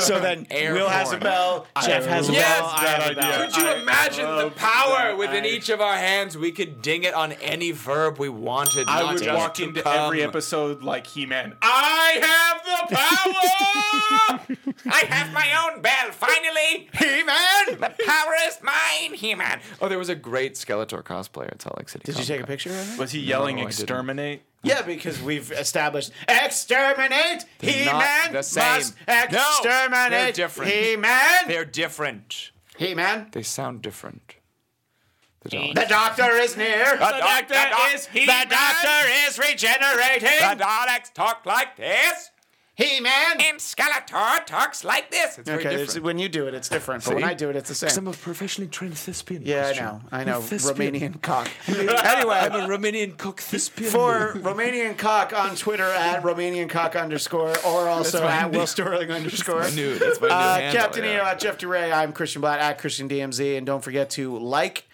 so then Air Will has a horn. bell, Jeff has a Yes, bell, I that have a idea. bell. Could you I imagine the love power that within idea. each of our hands? We could ding it on any verb we wanted. I not would just walk to into come. every episode like He-Man. I have the power! I have my own bell, finally! He Man! The power is mine, He Man! Oh, there was a great Skeletor cosplayer at Salt Lake City. Did you take a picture of it? Was he yelling I didn't. exterminate? Yeah, because we've established exterminate. They're He not man the same. must No, they're exterminate. different. He man. They're different. He man. They sound different. The The doctor is near. The doc- the doc- The doctor is regenerating. Daleks talk like this, He man. and Skeletor talks like this. It's very Okay, it's, different. when you do it, it's different. But when See? I do it, it's the same. a professionally trained thespian. yeah, I Christian. know. I know. I'm a thespian. Romanian cock. anyway, I'm a Romanian cook thespian. for Romanian cock on Twitter at Romanian cock underscore or also my at new- Will Sterling underscore. new. That's my new Uh, handle, Captain yeah. Eno at Jeff DeRay. I'm Christian Blatt at Christian DMZ. And don't forget to like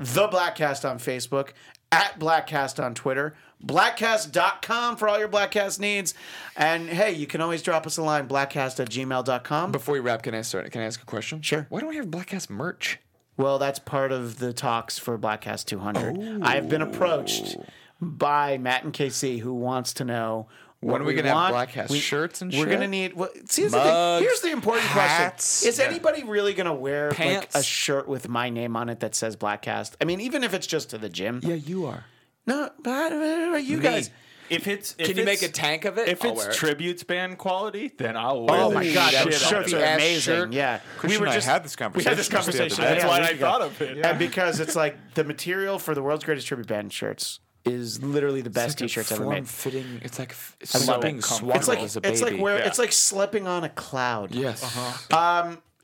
the Blackcast on Facebook, at Blackcast on Twitter, blackcast.com for all your Blackcast needs. And hey, you can always drop us a line, blackcast at gmail.com. Before we wrap, can I start? Can I ask a question? Sure. Why don't we have black ass merch? Well, that's part of the talks for Blackcast 200. I've been approached by Matt and KC, who wants to know what When are we gonna have Blackcast shirts and We're shit? gonna need. Well, see, here's, the Mugs, thing. here's the important hats. question: Is anybody really gonna wear like Pants. a shirt with my name on it that says Blackcast? I mean, even if it's just to the gym. you are. No, but uh, you guys. If it's if Can you make a it's- tank of it? If I'll it's wear it. tributes band quality, then I'll wear Oh the my god, shit those out of shirts it. are Ass amazing. shirt. Yeah, Christian and I had this We had this conversation conversation. just the That's yeah, why a week I ago. thought of it. and because it's like the material for the world's greatest tribute band shirts is literally the best t-shirts ever made. Fitting. It's like f- love slipping it. swaddled It's like as a baby. it's like where Uh-huh. it's like slipping on a cloud. Yes.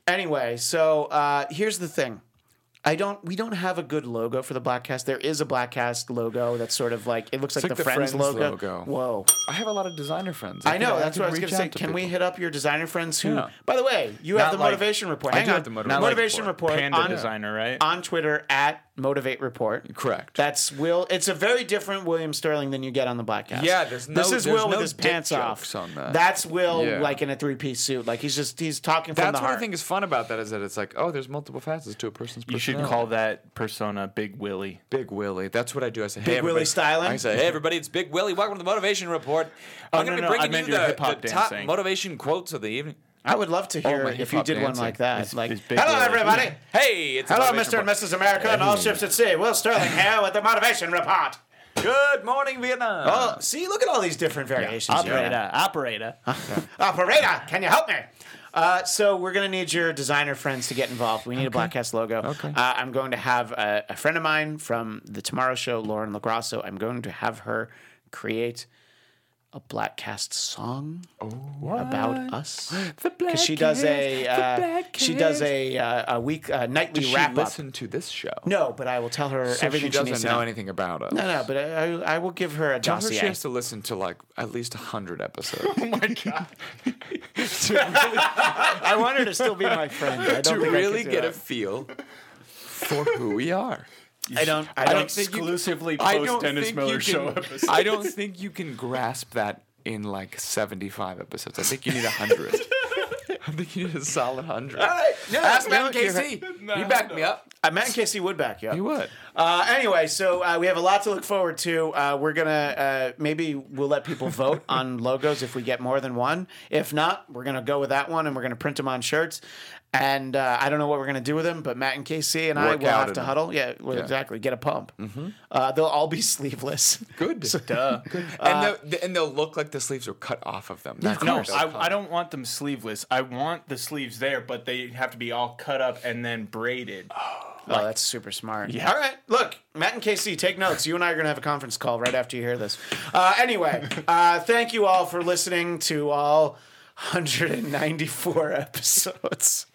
Anyway, so uh, here's the thing. I don't. We don't have a good logo for the Blackcast. There is a Blackcast logo that's sort of like it looks like, like the, the Friends, Friends logo. logo. Whoa, I have a lot of designer friends. I know. could- that's could what I was reach gonna say. out to Can we people. hit up your designer friends who? Yeah. By the way, you have Not the like- motivation report. I Hang do on. have the motivation Not like motivation report Panda on designer, right? on Twitter at motivate report. Correct. That's Will. It's a very different William Sterling than you get on the podcast. Yeah, there's no- This is there's Will with no his dick pants off. jokes on that. That's Will Yeah. like in a three piece suit. Like he's just he's talking from That's the what heart. I think is fun about that is that it's like, oh, there's multiple facets to a person's you should personality. call that persona Big Willy. Big Willie. That's what I do. I say, hey, Big Willie everybody." styling? Oh, I say, hey, everybody, it's Big Willie. Welcome to the Motivation Report. I'm no, going to no, be I bringing meant you your the, hip-hop the top dancing. motivation quotes of the evening. I would love to hear Oh, my if you hip-hop did one dancing like that. is- like, is big hello Willie. everybody. Hey, it's the Hello, Mr. Motivation and Mrs. America and all ships at sea. Will Sterling here with the motivation report. Report. Good morning, Vietnam. Oh, see, look at all these different variations. you have. operator. Operator, can you help me? Uh, so we're gonna need your designer friends to get involved. We need a Blackcast logo. Okay. Uh, I'm going to have a, a friend of mine from the Tomorrow Show, Lauren Lagrasso. I'm going to have her create a Black Cast song Oh, about us. the black Because she does a uh, she does a uh, a week uh, nightly Does she wrap up. listen to this show? No, but I will tell her So everything she she, doesn't needs to know know. anything about us. No, no, but I, I will give her a Tell her dossier. she has to listen to like at least hundred episodes. oh my god! to really, I want her to still be my friend. I don't to think I could really do get that. a feel for who we are. I don't. I I don't don't think you. exclusively I post don't Dennis think Miller you show can, episodes. I don't think you can grasp that in like seventy-five episodes. I think you need hundred. I think you need a solid hundred. Ah, No, Ask Matt no, and you're right. Casey. you backed me up. Uh, Matt and Casey would back you up. You would. Uh, anyway, so uh, we have a lot to look forward to. Uh, we're gonna uh, maybe we'll let people vote on logos if we get more than one. If not, we're gonna go with that one and we're gonna print them on shirts. And uh, I don't know what we're gonna do with them, but Matt and Casey and I Work will out have in to them. huddle. Yeah, well, Yeah. Mm-hmm. exactly. Get a pump. Uh, they'll all be sleeveless. Good. Uh, Duh. And, they'll, and they'll look like the sleeves were cut off of them. That's No, what they'll come. I, I don't want them sleeveless. I want the sleeves there, but they have to be all cut up and then braided. Oh, that's super smart. All right. Look, Matt and Casey, take notes. You and I are going to have a conference call right after you hear this. Uh, anyway, uh, thank you all for listening to all 194 episodes.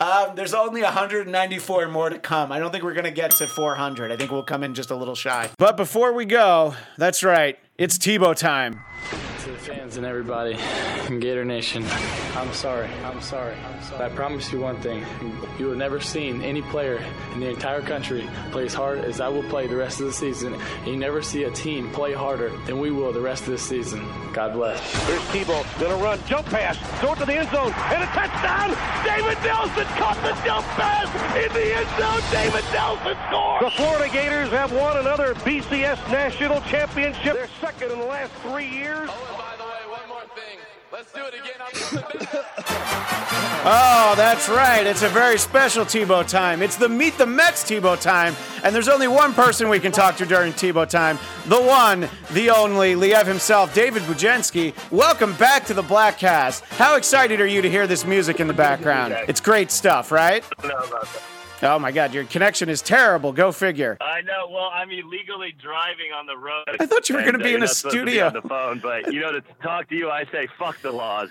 Um, there's only 194 more to come. I don't think we're going to get to 400. I think we'll come in just a little shy. But before we go, that's right. It's Tebow time. To the fans and everybody in Gator Nation, I'm sorry. I'm sorry. I'm sorry. I promise you one thing. You have never seen any player in the entire country play as hard as I will play the rest of the season. And you never see a team play harder than we will the rest of this season. God bless. Here's Tebow, gonna run, jump pass, throw it to the end zone, and a touchdown! David Nelson caught the jump pass in the end zone. David Nelson scores. The Florida Gators have won another BCS national championship. They're second in the last three years. Oh, that's right. It's a very special Tebow time. It's the Meet the Mets Tebow time. And there's only one person we can talk to during Tebow time the one, the only, Liev himself, David Bujenski. Welcome back to the Black Cast. How excited are you to hear this music in the background? It's great stuff, right? Oh my God, your connection is terrible. Go figure. I know. Well, I'm illegally driving on the road. I thought you were And, gonna be uh, in you're a not supposed to be studio. on the phone, but you know, to talk to you, I say fuck the laws.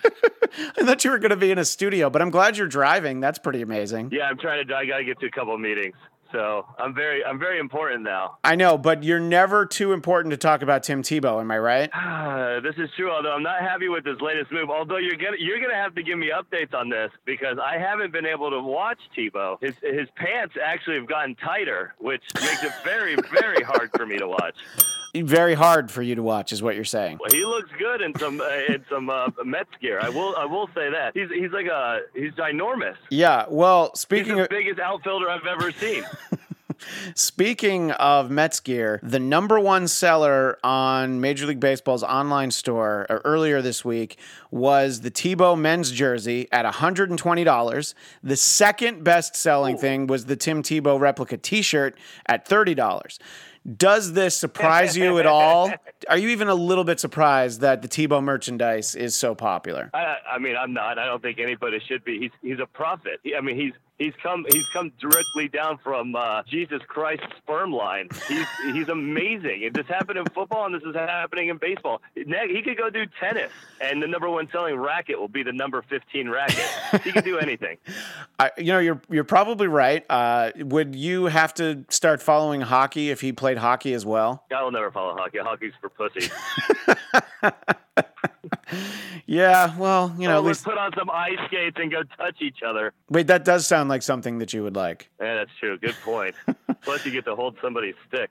I thought you were going to be in a studio, but I'm glad you're driving. That's pretty amazing. yeah, I'm trying to. I gotta get to a couple of meetings, so I'm very, I'm very important now. I know, but you're never too important to talk about Tim Tebow, am I right? Uh, this is true, although I'm not happy with his latest move. Although you're gonna you're gonna have to give me updates on this because I haven't been able to watch Tebow. His his pants actually have gotten tighter, which makes it very very hard for me to watch. Very hard for you to watch, is what you're saying. He looks good in some uh, in some uh, Mets gear. I will I will say that he's he's like a he's ginormous. Yeah. Well, He's speaking the of, biggest outfielder I've ever seen. speaking of Mets gear, the number one seller on Major League Baseball's online store uh, earlier this week was the Tebow men's jersey at $120. The second best selling thing was the Tim Tebow replica T-shirt at $30. Does this surprise you at all? Are you even a little bit surprised that the Tebow merchandise is so popular? I, I mean, I'm not. I don't think anybody should be. He's he's a prophet. He, I mean, he's he's come he's come directly down from uh, Jesus Christ's sperm line. He's he's amazing. It just happened in football, and this is happening in baseball. Ne- He could go do tennis, and the number one selling racket will be the number fifteen racket. He could do anything. I, you know, you're you're probably right. Uh, would you have to start following hockey if he played hockey as well? I will never follow hockey. Hockey's for pussies. Yeah. Well, you know, Oh, at let's least put on some ice skates and go touch each other. wait, that does sound like something that you would like. Yeah, that's true. Good point. Plus, you get to hold somebody's stick.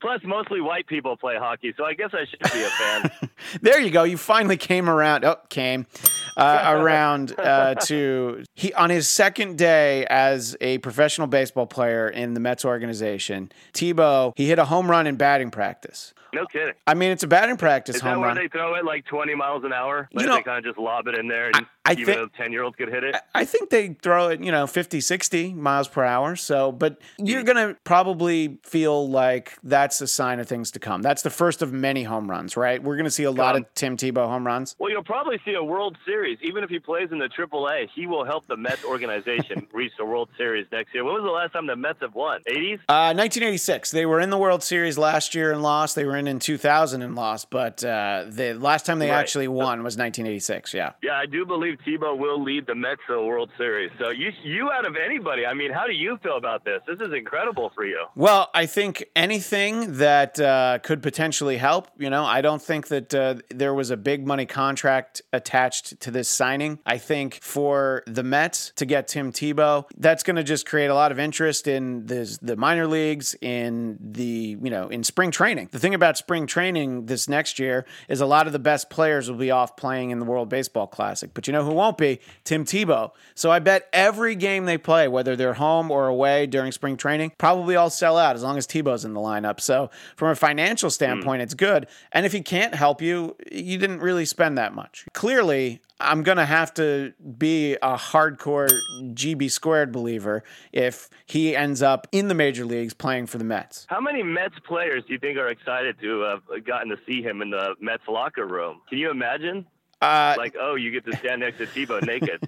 Plus, mostly white people play hockey, so I guess I should be a fan. There you go. You finally came around. Oh, came uh, around uh, to he on his second day as a professional baseball player in the Mets organization. Tebow he hit a home run in batting practice. No kidding. I mean, it's a batting practice Is that home where run. they throw it like 20 miles an hour? Like You know- they kind of just lob it in there and I- I even thi- a 10 year old could hit it? I think they throw it, you know, 50, 60 miles per hour. So, but you're going to probably feel like that's a sign of things to come. That's the first of many home runs, right? We're going to see a lot of Tim Tebow home runs. Well, you'll probably see a World Series. Even if he plays in the AAA, he will help the Mets organization reach the World Series next year. When was the last time the Mets have won? 80s? Uh, 1986, they were in the World Series last year and lost. They were in Northern in 2000 and lost, but uh, the last time they Right. actually won was 1986. Yeah. Yeah, I do believe Tebow will lead the Mets to a World Series. So you, you out of anybody, I mean, how do you feel about this? This is incredible for you. Well, I think anything that uh, could potentially help, you know, I don't think that uh, there was a big money contract attached to this signing. I think for the Mets to get Tim Tebow, that's going to just create a lot of interest in the, the minor leagues, in the, you know, in spring training. The thing about spring training this next year is a lot of the best players will be off playing in the World Baseball Classic. But you know who won't be? Tim Tebow. So I bet every game they play, whether they're home or away during spring training, probably all sell out as long as Tebow's in the lineup. So from a financial Hmm. standpoint, it's good. And if he can't help you, you didn't really spend that much. Clearly, I'm going to have to be a hardcore GB squared believer if he ends up in the major leagues playing for the Mets. How many Mets players do you think are excited to have gotten to see him in the Mets locker room? Can you imagine? Uh, Like, oh, you get to stand next to Tebow naked.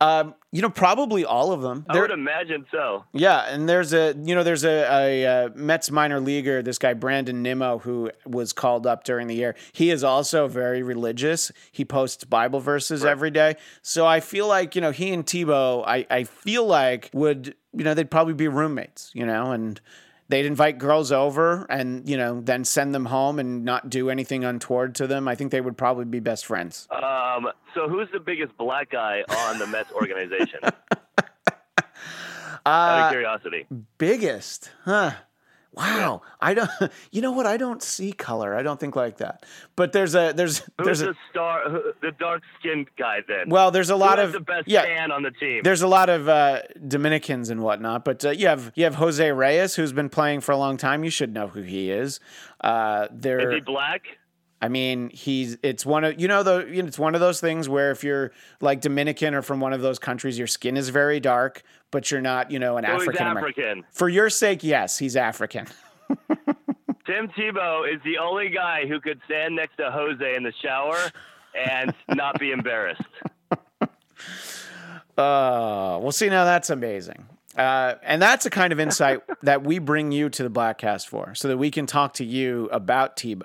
um, you know, probably all of them. I There- would imagine so. Yeah, and there's a you know there's a, a, uh Mets minor leaguer, this guy Brandon Nimmo, who was called up during the year. He is also very religious. He posts Bible verses every day, so I feel like you know he and Tebow, I I feel like would you know they'd probably be roommates, you know, and they'd invite girls over and you know then send them home and not do anything untoward to them. I think they would probably be best friends. Um, so who's the biggest black guy on the Mets organization? Uh, Out of curiosity. biggest huh wow i don't you know what i don't see color i don't think like that but there's a there's Who's there's the a star, who- the dark skinned guy then? well there's a Who lot has of the best yeah fan on the team? there's a lot of uh, dominicans and whatnot but uh, you have you have jose reyes who's been playing for a long time you should know who he is uh there Is he black? I mean, he's it's one of you know the you know, it's one of those things where if you're like Dominican or from one of those countries, your skin is very dark, but you're not you know an So he's African American. African. For your sake, yes, he's African. Tim Tebow is the only guy who could stand next to Jose in the shower and not be embarrassed. Uh, well, see, now that's amazing. Uh, and that's the kind of insight that we bring you to the Blackcast for, so that we can talk to you about Tebow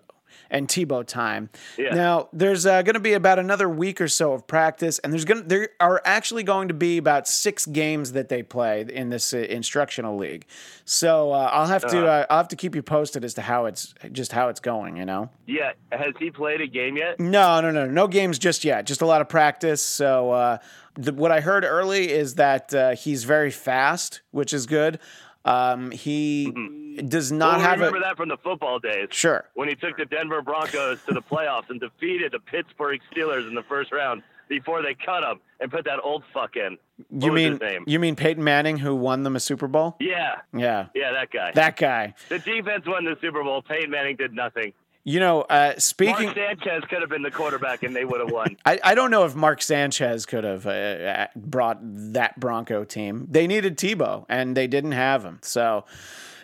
and Tebow time. Yeah. Now, there's uh, going to be about another week or so of practice, and there's going to there are actually going to be about six games that they play in this uh, instructional league. So uh, I'll have to uh, I'll have to keep you posted as to how it's just how it's going. You know. Yeah, has he played a game yet? No, no, no, no games just yet. Just a lot of practice. So uh, the, what I heard early is that uh, he's very fast, which is good. Um, he does not Mm-hmm. Well, have remember a that from the football days. sure. When he took the Denver Broncos to the playoffs and defeated the Pittsburgh Steelers in the first round before they cut him and put that old fuck in. What You was mean his name? you mean Peyton Manning who won them a Super Bowl? yeah, Yeah, yeah, that guy. that guy. the defense won the Super Bowl. Peyton Manning did nothing. You know, uh, Mark speaking. Sanchez could have been the quarterback and they would have won. I, I don't know if Mark Sanchez could have uh, uh, brought that Bronco team. They needed Tebow, and they didn't have him. So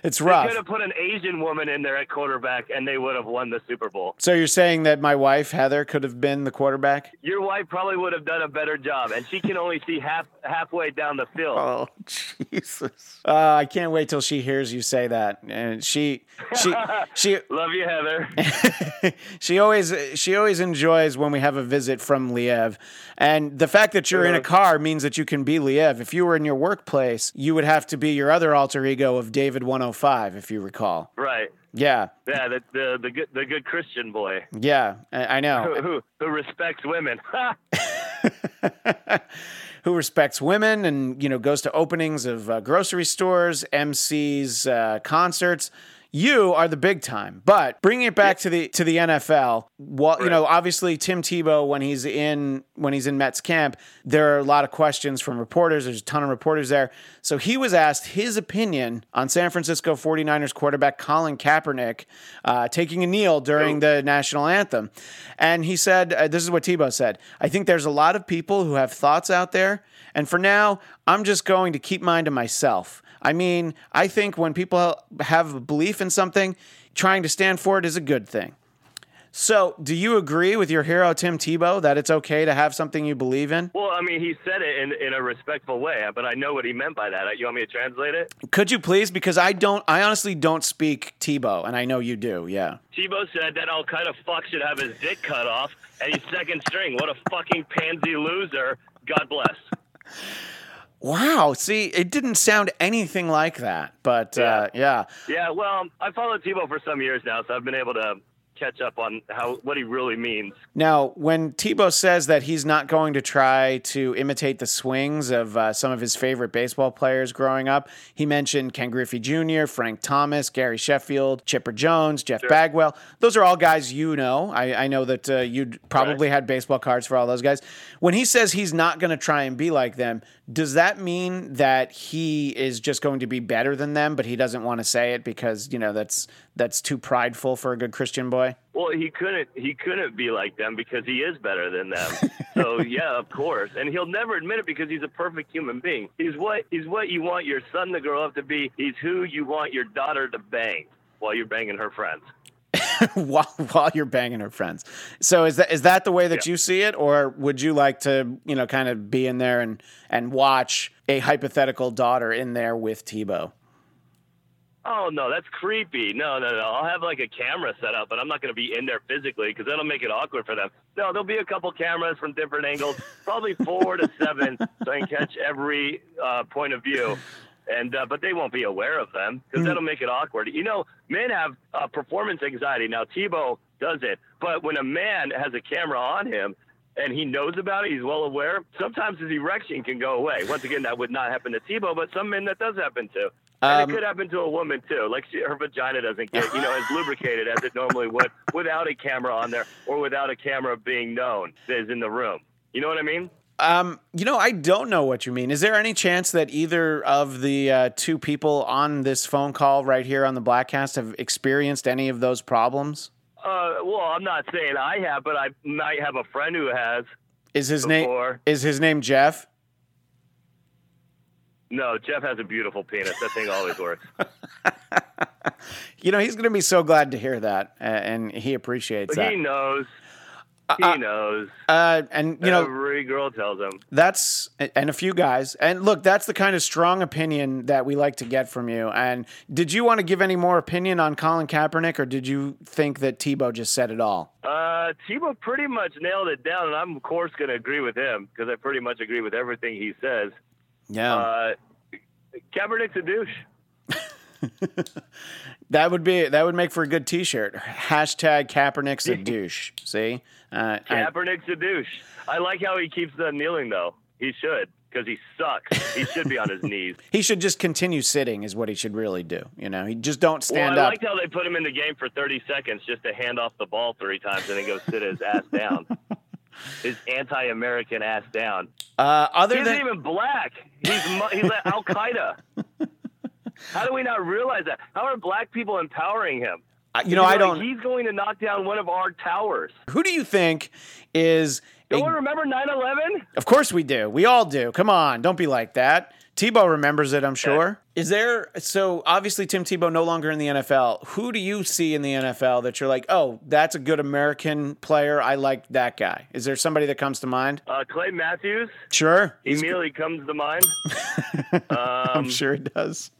it's rough. They could have put an Asian woman in there at quarterback and they would have won the Super Bowl. So you're saying that my wife Heather could have been the quarterback? Your wife probably would have done a better job, and she can only see half halfway down the field. Oh Jesus! Uh, I can't wait till she hears you say that. And she, she, she, Love you, Heather. she always, she always enjoys when we have a visit from Liev. And the fact that you're in a car means that you can be Liev. If you were in your workplace, you would have to be your other alter ego of David 105, if you recall. right. Yeah, Yeah, the, the the good the good Christian boy yeah, I, I who, know. who who respects women. Who respects women and you know goes to openings of uh, grocery stores, MCs, uh, concerts. you are the big time. But bringing it back to the to the NFL, well, you know, obviously Tim Tebow when he's in when he's in Mets camp, there are a lot of questions from reporters. There's a ton of reporters there. So he was asked his opinion on San Francisco 49ers quarterback Colin Kaepernick uh, taking a kneel during the national anthem. And he said, uh, this is what Tebow said. I think there's a lot of people who have thoughts out there, and for now, I'm just going to keep mine to myself. I mean, I think when people have a belief in something, trying to stand for it is a good thing. So, do you agree with your hero Tim Tebow that it's okay to have something you believe in? Well, I mean, he said it in, in a respectful way, but I know what he meant by that. You want me to translate it? Could you please? Because I don't. I honestly don't speak Tebow, and I know you do. Yeah. Tebow said that Al Qaeda fuck should have his dick cut off, and he's second string. What a fucking pansy loser. God bless. Wow. See, it didn't sound anything like that, but uh, yeah. Yeah, well, I followed Tebow for some years now, so I've been able to catch up on how what he really means. Now, when Tebow says that he's not going to try to imitate the swings of uh, some of his favorite baseball players growing up, he mentioned Ken Griffey Jr., Frank Thomas, Gary Sheffield, Chipper Jones, Jeff Bagwell. Those are all guys you know. I, I know that uh, you probably had baseball cards for all those guys. When he says he's not going to try and be like them, does that mean that he is just going to be better than them, but he doesn't want to say it because you know that's that's too prideful for a good Christian boy? Well, he couldn't he couldn't be like them because he is better than them. so yeah, of course. And he'll never admit it because he's a perfect human being. He's what he's what you want your son to grow up to be. He's who you want your daughter to bang while you're banging her friends. while, while you're banging her friends. So is that is that the way that you see it, or would you like to you know kind of be in there and and watch a hypothetical daughter in there with Tebow? Oh no, that's creepy. No, no, no. I'll have like a camera set up, but I'm not going to be in there physically because that'll make it awkward for them. No, there'll be a couple cameras from different angles, probably four to seven, so I can catch every uh, point of view. And uh, but they won't be aware of them because that'll make it awkward. You know, men have uh, performance anxiety. Now Tebow does it, but when a man has a camera on him. And he knows about it. He's well aware. Sometimes his erection can go away. Once again, that would not happen to Tebow, but some men that does happen to. And Um, it could happen to a woman too. Like she, her vagina doesn't get, you know, as lubricated as it normally would without a camera on there or without a camera being known that is in the room. You know what I mean? Um, you know, I don't know what you mean. Is there any chance that either of the uh, two people on this phone call right here on the Blackcast have experienced any of those problems? Uh, well, I'm not saying I have, but I might have a friend who has. Is his name Before. is his name Jeff? No, Jeff has a beautiful penis. That thing always works. You know, he's going to be so glad to hear that, uh, and he appreciates But that. he knows. He knows. Uh, and you know, Every girl tells him. that's and a few guys and look that's the kind of strong opinion that we like to get from you and did you want to give any more opinion on colin kaepernick or did you think that tebow just said it all Uh, Tebow pretty much nailed it down, and I'm of course going to agree with him because I pretty much agree with everything he says. yeah Uh, Kaepernick's a douche. that would be that would make for a good t-shirt hashtag kaepernick's a douche see uh, I- Kaepernick's a douche. I like how he keeps the kneeling though. He should because he sucks. He should be on his knees. he should just continue sitting is what he should really do you know he just don't stand well, I up liked how they put him in the game for 30 seconds just to hand off the ball three times and then go sit his ass down. His anti-American ass down. uh, other He's than even black. He's mu- he's at Al Qaeda. How do we not realize that? How are black people empowering him? I- uh, you know i Like, don't He's going to knock down one of our towers. who do you think is a You want to remember 9/11? Of course we do. We all do. Come on, don't be like that. Tebow remembers it, I'm sure. Is there so obviously Tim Tebow no longer in the NFL. Who do you see in the NFL that you're like, "Oh, that's a good American player. I like that guy." Is there somebody that comes to mind? Uh, Clay Matthews Sure. He's- immediately comes to mind. I'm sure he does.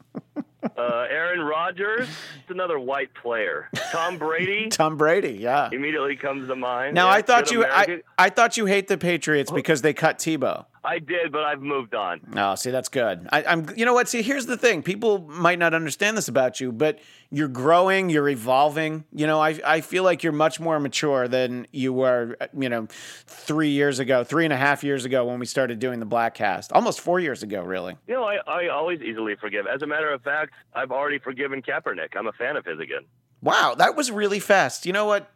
Uh, Aaron Rodgers, it's another white player. Tom Brady Tom Brady, yeah. immediately comes to mind. Now, Yeah, I thought good you I, American. Oh. I thought you hate the Patriots because they cut Tebow. I did, but I've moved on. Oh, see, that's good. I, I'm, you know what? See, here's the thing: people might not understand this about you, but you're growing, you're evolving. You know, I, I feel like you're much more mature than you were, uh, you know, three years ago, three and a half years ago when we started doing the black cast, almost four years ago, really. You know, I, I always easily forgive. As a matter of fact, I've already forgiven Kaepernick. I'm a fan of his again. Wow, that was really fast. You know what?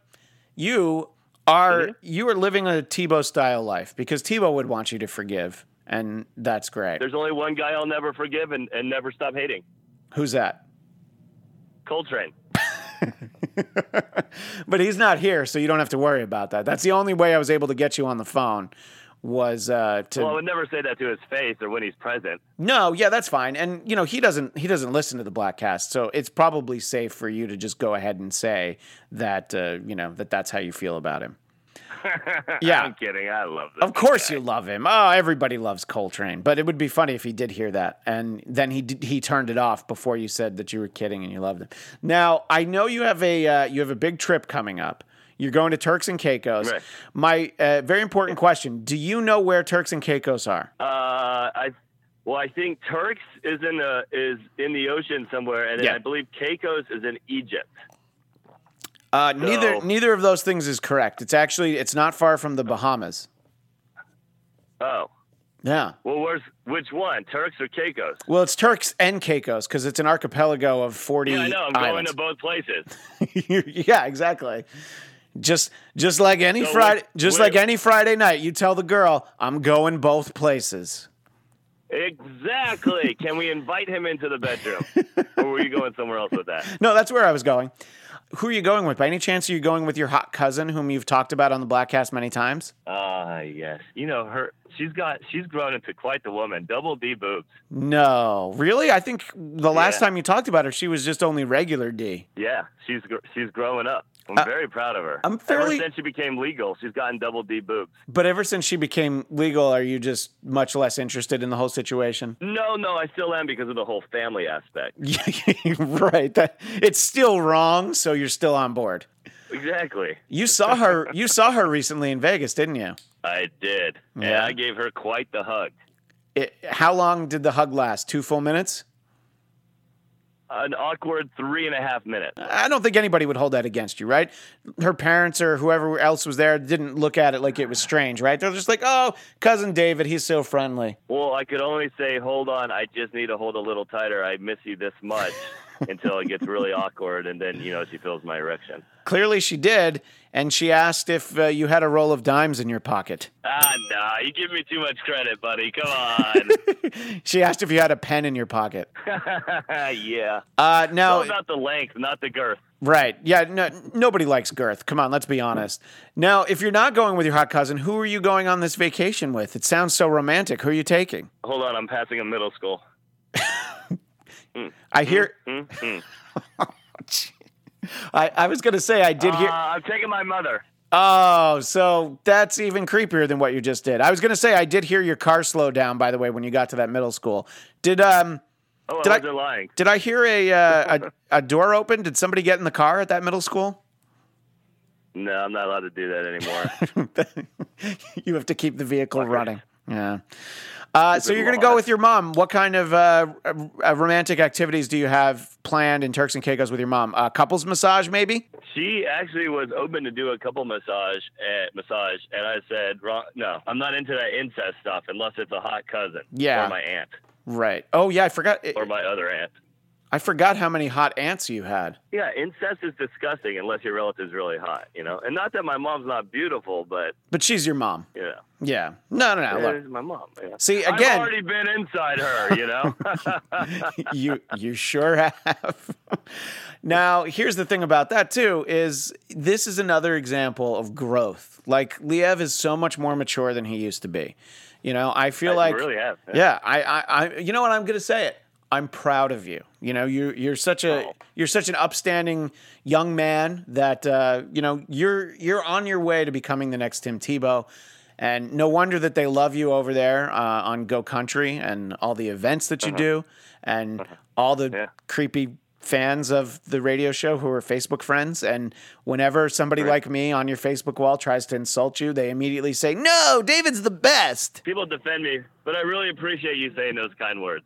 You are you are living a Tebow style life because Tebow would want you to forgive, and that's great. There's only one guy I'll never forgive and, and never stop hating. Who's that? Coltrane. but he's not here, so you don't have to worry about that. That's the only way I was able to get you on the phone was uh, to Well, I would never say that to his face or when he's present. no, yeah, that's fine. And you know, he doesn't he doesn't listen to the black cast, so it's probably safe for you to just go ahead and say that uh, you know that that's how you feel about him. yeah, I'm kidding. I love this. of course you love him. Oh, everybody loves Coltrane, but it would be funny if he did hear that and then he did, he turned it off before you said that you were kidding and you loved him. Now I know you have a uh, you have a big trip coming up. You're going to Turks and Caicos. Right. My uh, very important question: Do you know where Turks and Caicos are? Uh, I well, I think Turks is in a, is in the ocean somewhere, and then Yeah. I believe Caicos is in Egypt. Uh, neither No. neither of those things is correct. It's actually it's not far from the Bahamas. Oh, Yeah. well, where's which one, Turks or Caicos? Well, it's Turks and Caicos because it's an archipelago of forty. Yeah, I know. I'm going islands. to both places. yeah, exactly. Just just like any So Friday, what- just what- like any Friday night, you tell the girl, "I'm going both places." Exactly. Can we invite him into the bedroom, or were you going somewhere else with that? No, that's where I was going. Who are you going with? By any chance, are you going with your hot cousin, whom you've talked about on the Blackcast many times? Ah, yes. You know her. She's got. She's grown into quite the woman. Double D boobs. No, really. I think the last Yeah. time you talked about her, she was just only regular D. Yeah, she's gr- she's growing up. I'm very proud of her. Uh, I'm fairly- Ever since she became legal, she's gotten double D boobs. But ever since she became legal, are you just much less interested in the whole situation? No, no, I still am because of the whole family aspect. right. That it's still wrong, so you're still on board. Exactly. You saw her. You saw her recently in Vegas, didn't you? I did. And Yeah. I gave her quite the hug. It, how long did the hug last? Two full minutes? An awkward three and a half minutes. I don't think anybody would hold that against you, right? Her parents or whoever else was there didn't look at it like it was strange, right? They're just like, "Oh, cousin David, he's so friendly." Well, I could only say, hold on, I just need to hold a little tighter. I miss you this much until it gets really awkward, and then, you know, she feels my erection. Clearly, she did, and she asked if uh, you had a roll of dimes in your pocket. Ah, nah, you give me too much credit, buddy. Come on. She asked if you had a pen in your pocket. yeah. Uh, It's now, all about the length, not the girth. right? Yeah, no, nobody likes girth. Come on, let's be honest. Now, if you're not going with your hot cousin, who are you going on this vacation with? It sounds so romantic. Who are you taking? Hold on, I'm passing a middle school. I hear. Mm-hmm. I, I was gonna say I did Uh, hear. I'm taking my mother. Oh, so that's even creepier than what you just did. I was gonna say I did hear your car slow down. By the way, when you got to that middle school, did um Oh, Did I- I wasn't lying. did I hear a uh, a, a door open? Did somebody get in the car at that middle school? No, I'm not allowed to do that anymore. you have to keep the vehicle running. Yeah. Uh, so Stupid you're gonna go laws. with your mom. What kind of uh, uh, romantic activities do you have planned in Turks and Caicos with your mom? Uh, couples massage, maybe. She actually was open to do a couple massage at massage, and I said, "Wrong- "No, I'm not into that incest stuff unless it's a hot cousin, Yeah. or my aunt, Right. Oh yeah, I forgot. or my other aunt." I forgot how many hot aunts you had. Yeah, incest is disgusting unless your relative's really hot, you know. And not that my mom's not beautiful, but But she's your mom. you know, Yeah. No, no, no. yeah, Look, it's my mom. you know. See, I've again- already been inside her, you know. you you sure have. now, here's the thing about that too is this is another example of growth. Like Liev is so much more mature than he used to be. You know, I feel I like really have. yeah. Yeah, I, I, I, you know what? I'm gonna say it. I'm proud of you. You know, you you're such a you're such an upstanding young man that uh, you know you're you're on your way to becoming the next Tim Tebow, and no wonder that they love you over there uh, on Go Country and all the events that you do, and all the Yeah. creepy fans of the radio show who are Facebook friends. And whenever somebody like me on your Facebook wall tries to insult you, they immediately say, "No, David's the best." People defend me, but I really appreciate you saying those kind words.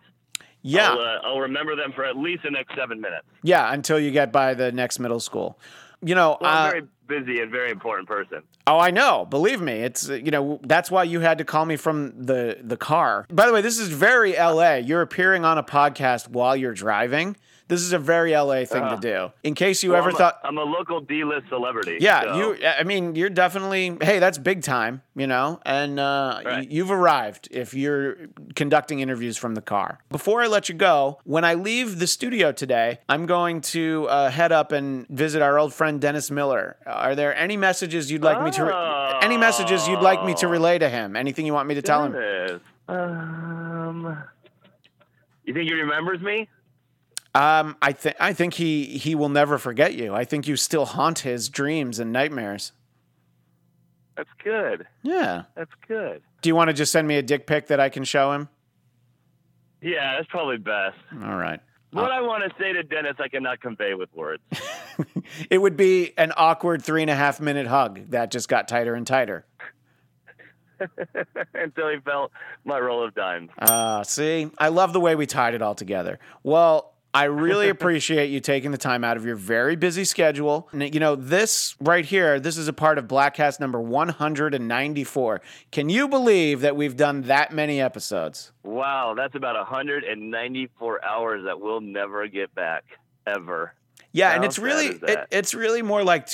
Yeah. I'll, uh, I'll remember them for at least the next seven minutes. Yeah, until you get by the next middle school. You know, Well, uh, I'm very busy and very important person. oh, I know. Believe me, it's uh, you know that's why you had to call me from the the car. By the way, this is very L.A. You're appearing on a podcast while you're driving. This is a very LA thing to do. In case you ever Ah. I'm a- thought, I'm a local D-list celebrity. yeah, so- you. I mean, you're definitely. Hey, that's big time, you know. And uh, y- Right. you've arrived if you're conducting interviews from the car. Before I let you go, when I leave the studio today, I'm going to uh, head up and visit our old friend Dennis Miller. Are there any messages you'd like me to? Re- any messages you'd like me to relay to him? Anything you want me to tell him? Dennis. Um, you think he remembers me? Um, I think I think he he will never forget you. I think you still haunt his dreams and nightmares. That's good. Yeah. That's good. Do you want to just send me a dick pic that I can show him? Yeah, that's probably best. All right. What Uh. I want to say to Dennis, I cannot convey with words. It would be an awkward three and a half minute hug that just got tighter and tighter. Until he felt my roll of dimes. Uh, see, I love the way we tied it all together. Well, I really appreciate you taking the time out of your very busy schedule. And, you know, this right here, this is a part of Blackcast number 194. Can you believe that we've done that many episodes? Wow, that's about 194 hours that we'll never get back, ever. Yeah, How and it's sad really is it, that? it's really more like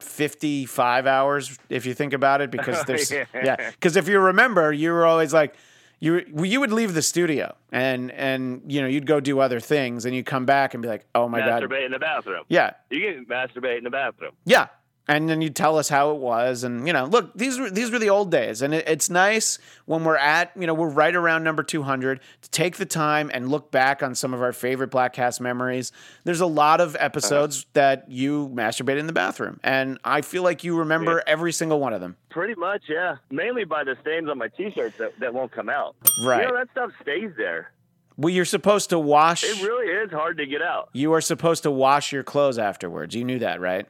255 hours if you think about it because there's yeah. yeah, cuz if you remember you were always like you were- well, you would leave the studio and and you know you'd go do other things and you'd come back and be like, "Oh my god." masturbate in the bathroom. Yeah. You can masturbate in the bathroom. Yeah. And then you tell us how it was, and you know, look, these were these were the old days, and it, it's nice when we're at, you know, we're right around number two hundred to take the time and look back on some of our favorite Blackcast memories. There's a lot of Uh-huh. episodes that you masturbated in the bathroom, and I feel like you remember every single one of them. Pretty much, yeah. Mainly by the stains on my t-shirts that, that won't come out. Right. You know, that stuff stays there. Well, you're supposed to wash. It really is hard to get out. you are supposed to wash your clothes afterwards. You knew that, right?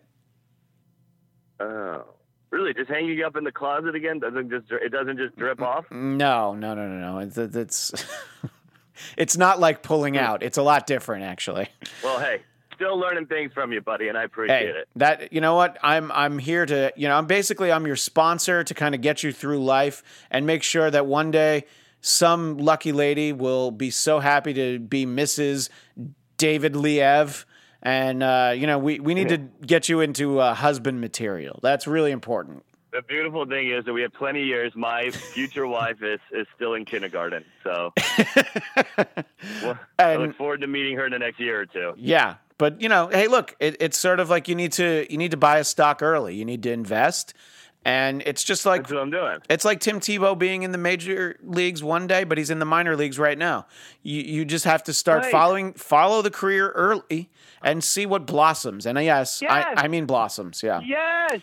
Oh, really? Just hanging up in the closet again doesn't just it doesn't just drip off? No, no, no, no, no. It's it's, it's not like pulling out. It's a lot different, actually. Well, hey, still learning things from you, buddy, and I appreciate Hey, it. that you know what? I'm I'm here to you know I'm basically I'm your sponsor to kind of get you through life and make sure that one day some lucky lady will be so happy to be Mrs. David Liev, and uh, you know we we need to get you into uh, husband material. That's really important. The beautiful thing is that we have 20 years. My future wife is is still in kindergarten, so well, I And- look forward to meeting her in the next year or two. Yeah, but you know, hey, look, it, it's sort of like you need to you need to buy a stock early. You need to invest, and it's just like That's what I'm doing. It's like Tim Tebow being in the major leagues one day, but he's in the minor leagues right now. You you just have to start Right. following follow the career early and see what blossoms. And yes, Yes. I, I mean blossoms. Yeah, Yes,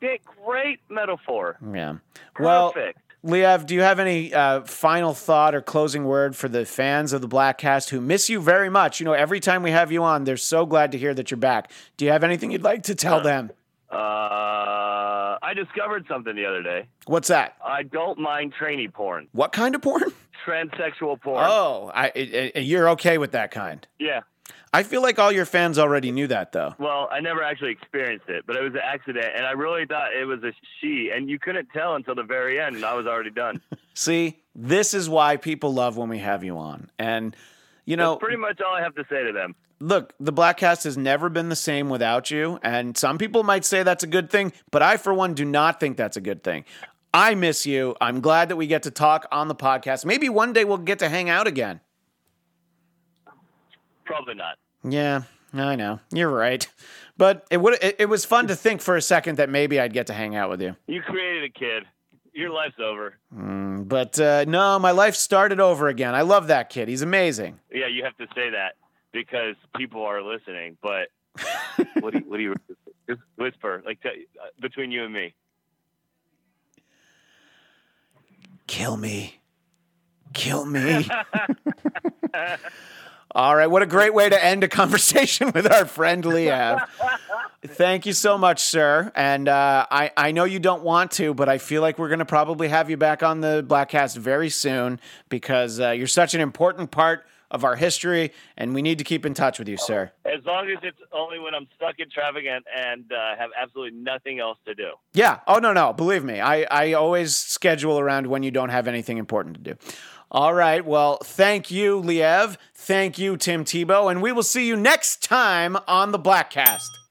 Dick, great metaphor. yeah. Well, Perfect. Liev, do you have any uh, final thought or closing word for the fans of the Black Cast who miss you very much? You know, every time we have you on, they're so glad to hear that you're back. Do you have anything you'd like to tell them? uh, I discovered something the other day. What's that? I don't mind trainee porn, What kind of porn? transsexual porn. Oh, I, I, I- you're okay with that kind. Yeah. I feel like all your fans already knew that, though. Well, I never actually experienced it, but it was an accident, and I really thought it was a she, and you couldn't tell until the very end, and I was already done. See, this is why people love when we have you on. And, you know, That's pretty much all I have to say to them. look, the Black Cast has never been the same without you. And some people might say that's a good thing, but I, for one, do not think that's a good thing. I miss you. I'm glad that we get to talk on the podcast. Maybe one day we'll get to hang out again. Probably not. Yeah, I know. You're right. But it would it, it was fun to think for a second that maybe I'd get to hang out with you. You created a kid. Your life's over. But uh, no, my life started over again. I love that kid. He's amazing. Yeah, you have to say that because people are listening. But what do you, what do you just whisper like t- between you and me? kill me. Kill me. All right. What a great way to end a conversation with our friend Liev. Thank you so much, sir. And uh, I, I know you don't want to, but I feel like we're going to probably have you back on the Blackcast very soon because uh, you're such an important part of our history, and we need to keep in touch with you, sir. As long as it's only when I'm stuck in traffic and, and uh, have absolutely nothing else to do. Yeah. Oh no, no. Believe me, I I always schedule around when you don't have anything important to do. All right. Well, thank you, Liev. Thank you, Tim Tebow. And we will see you next time on the Blackcast.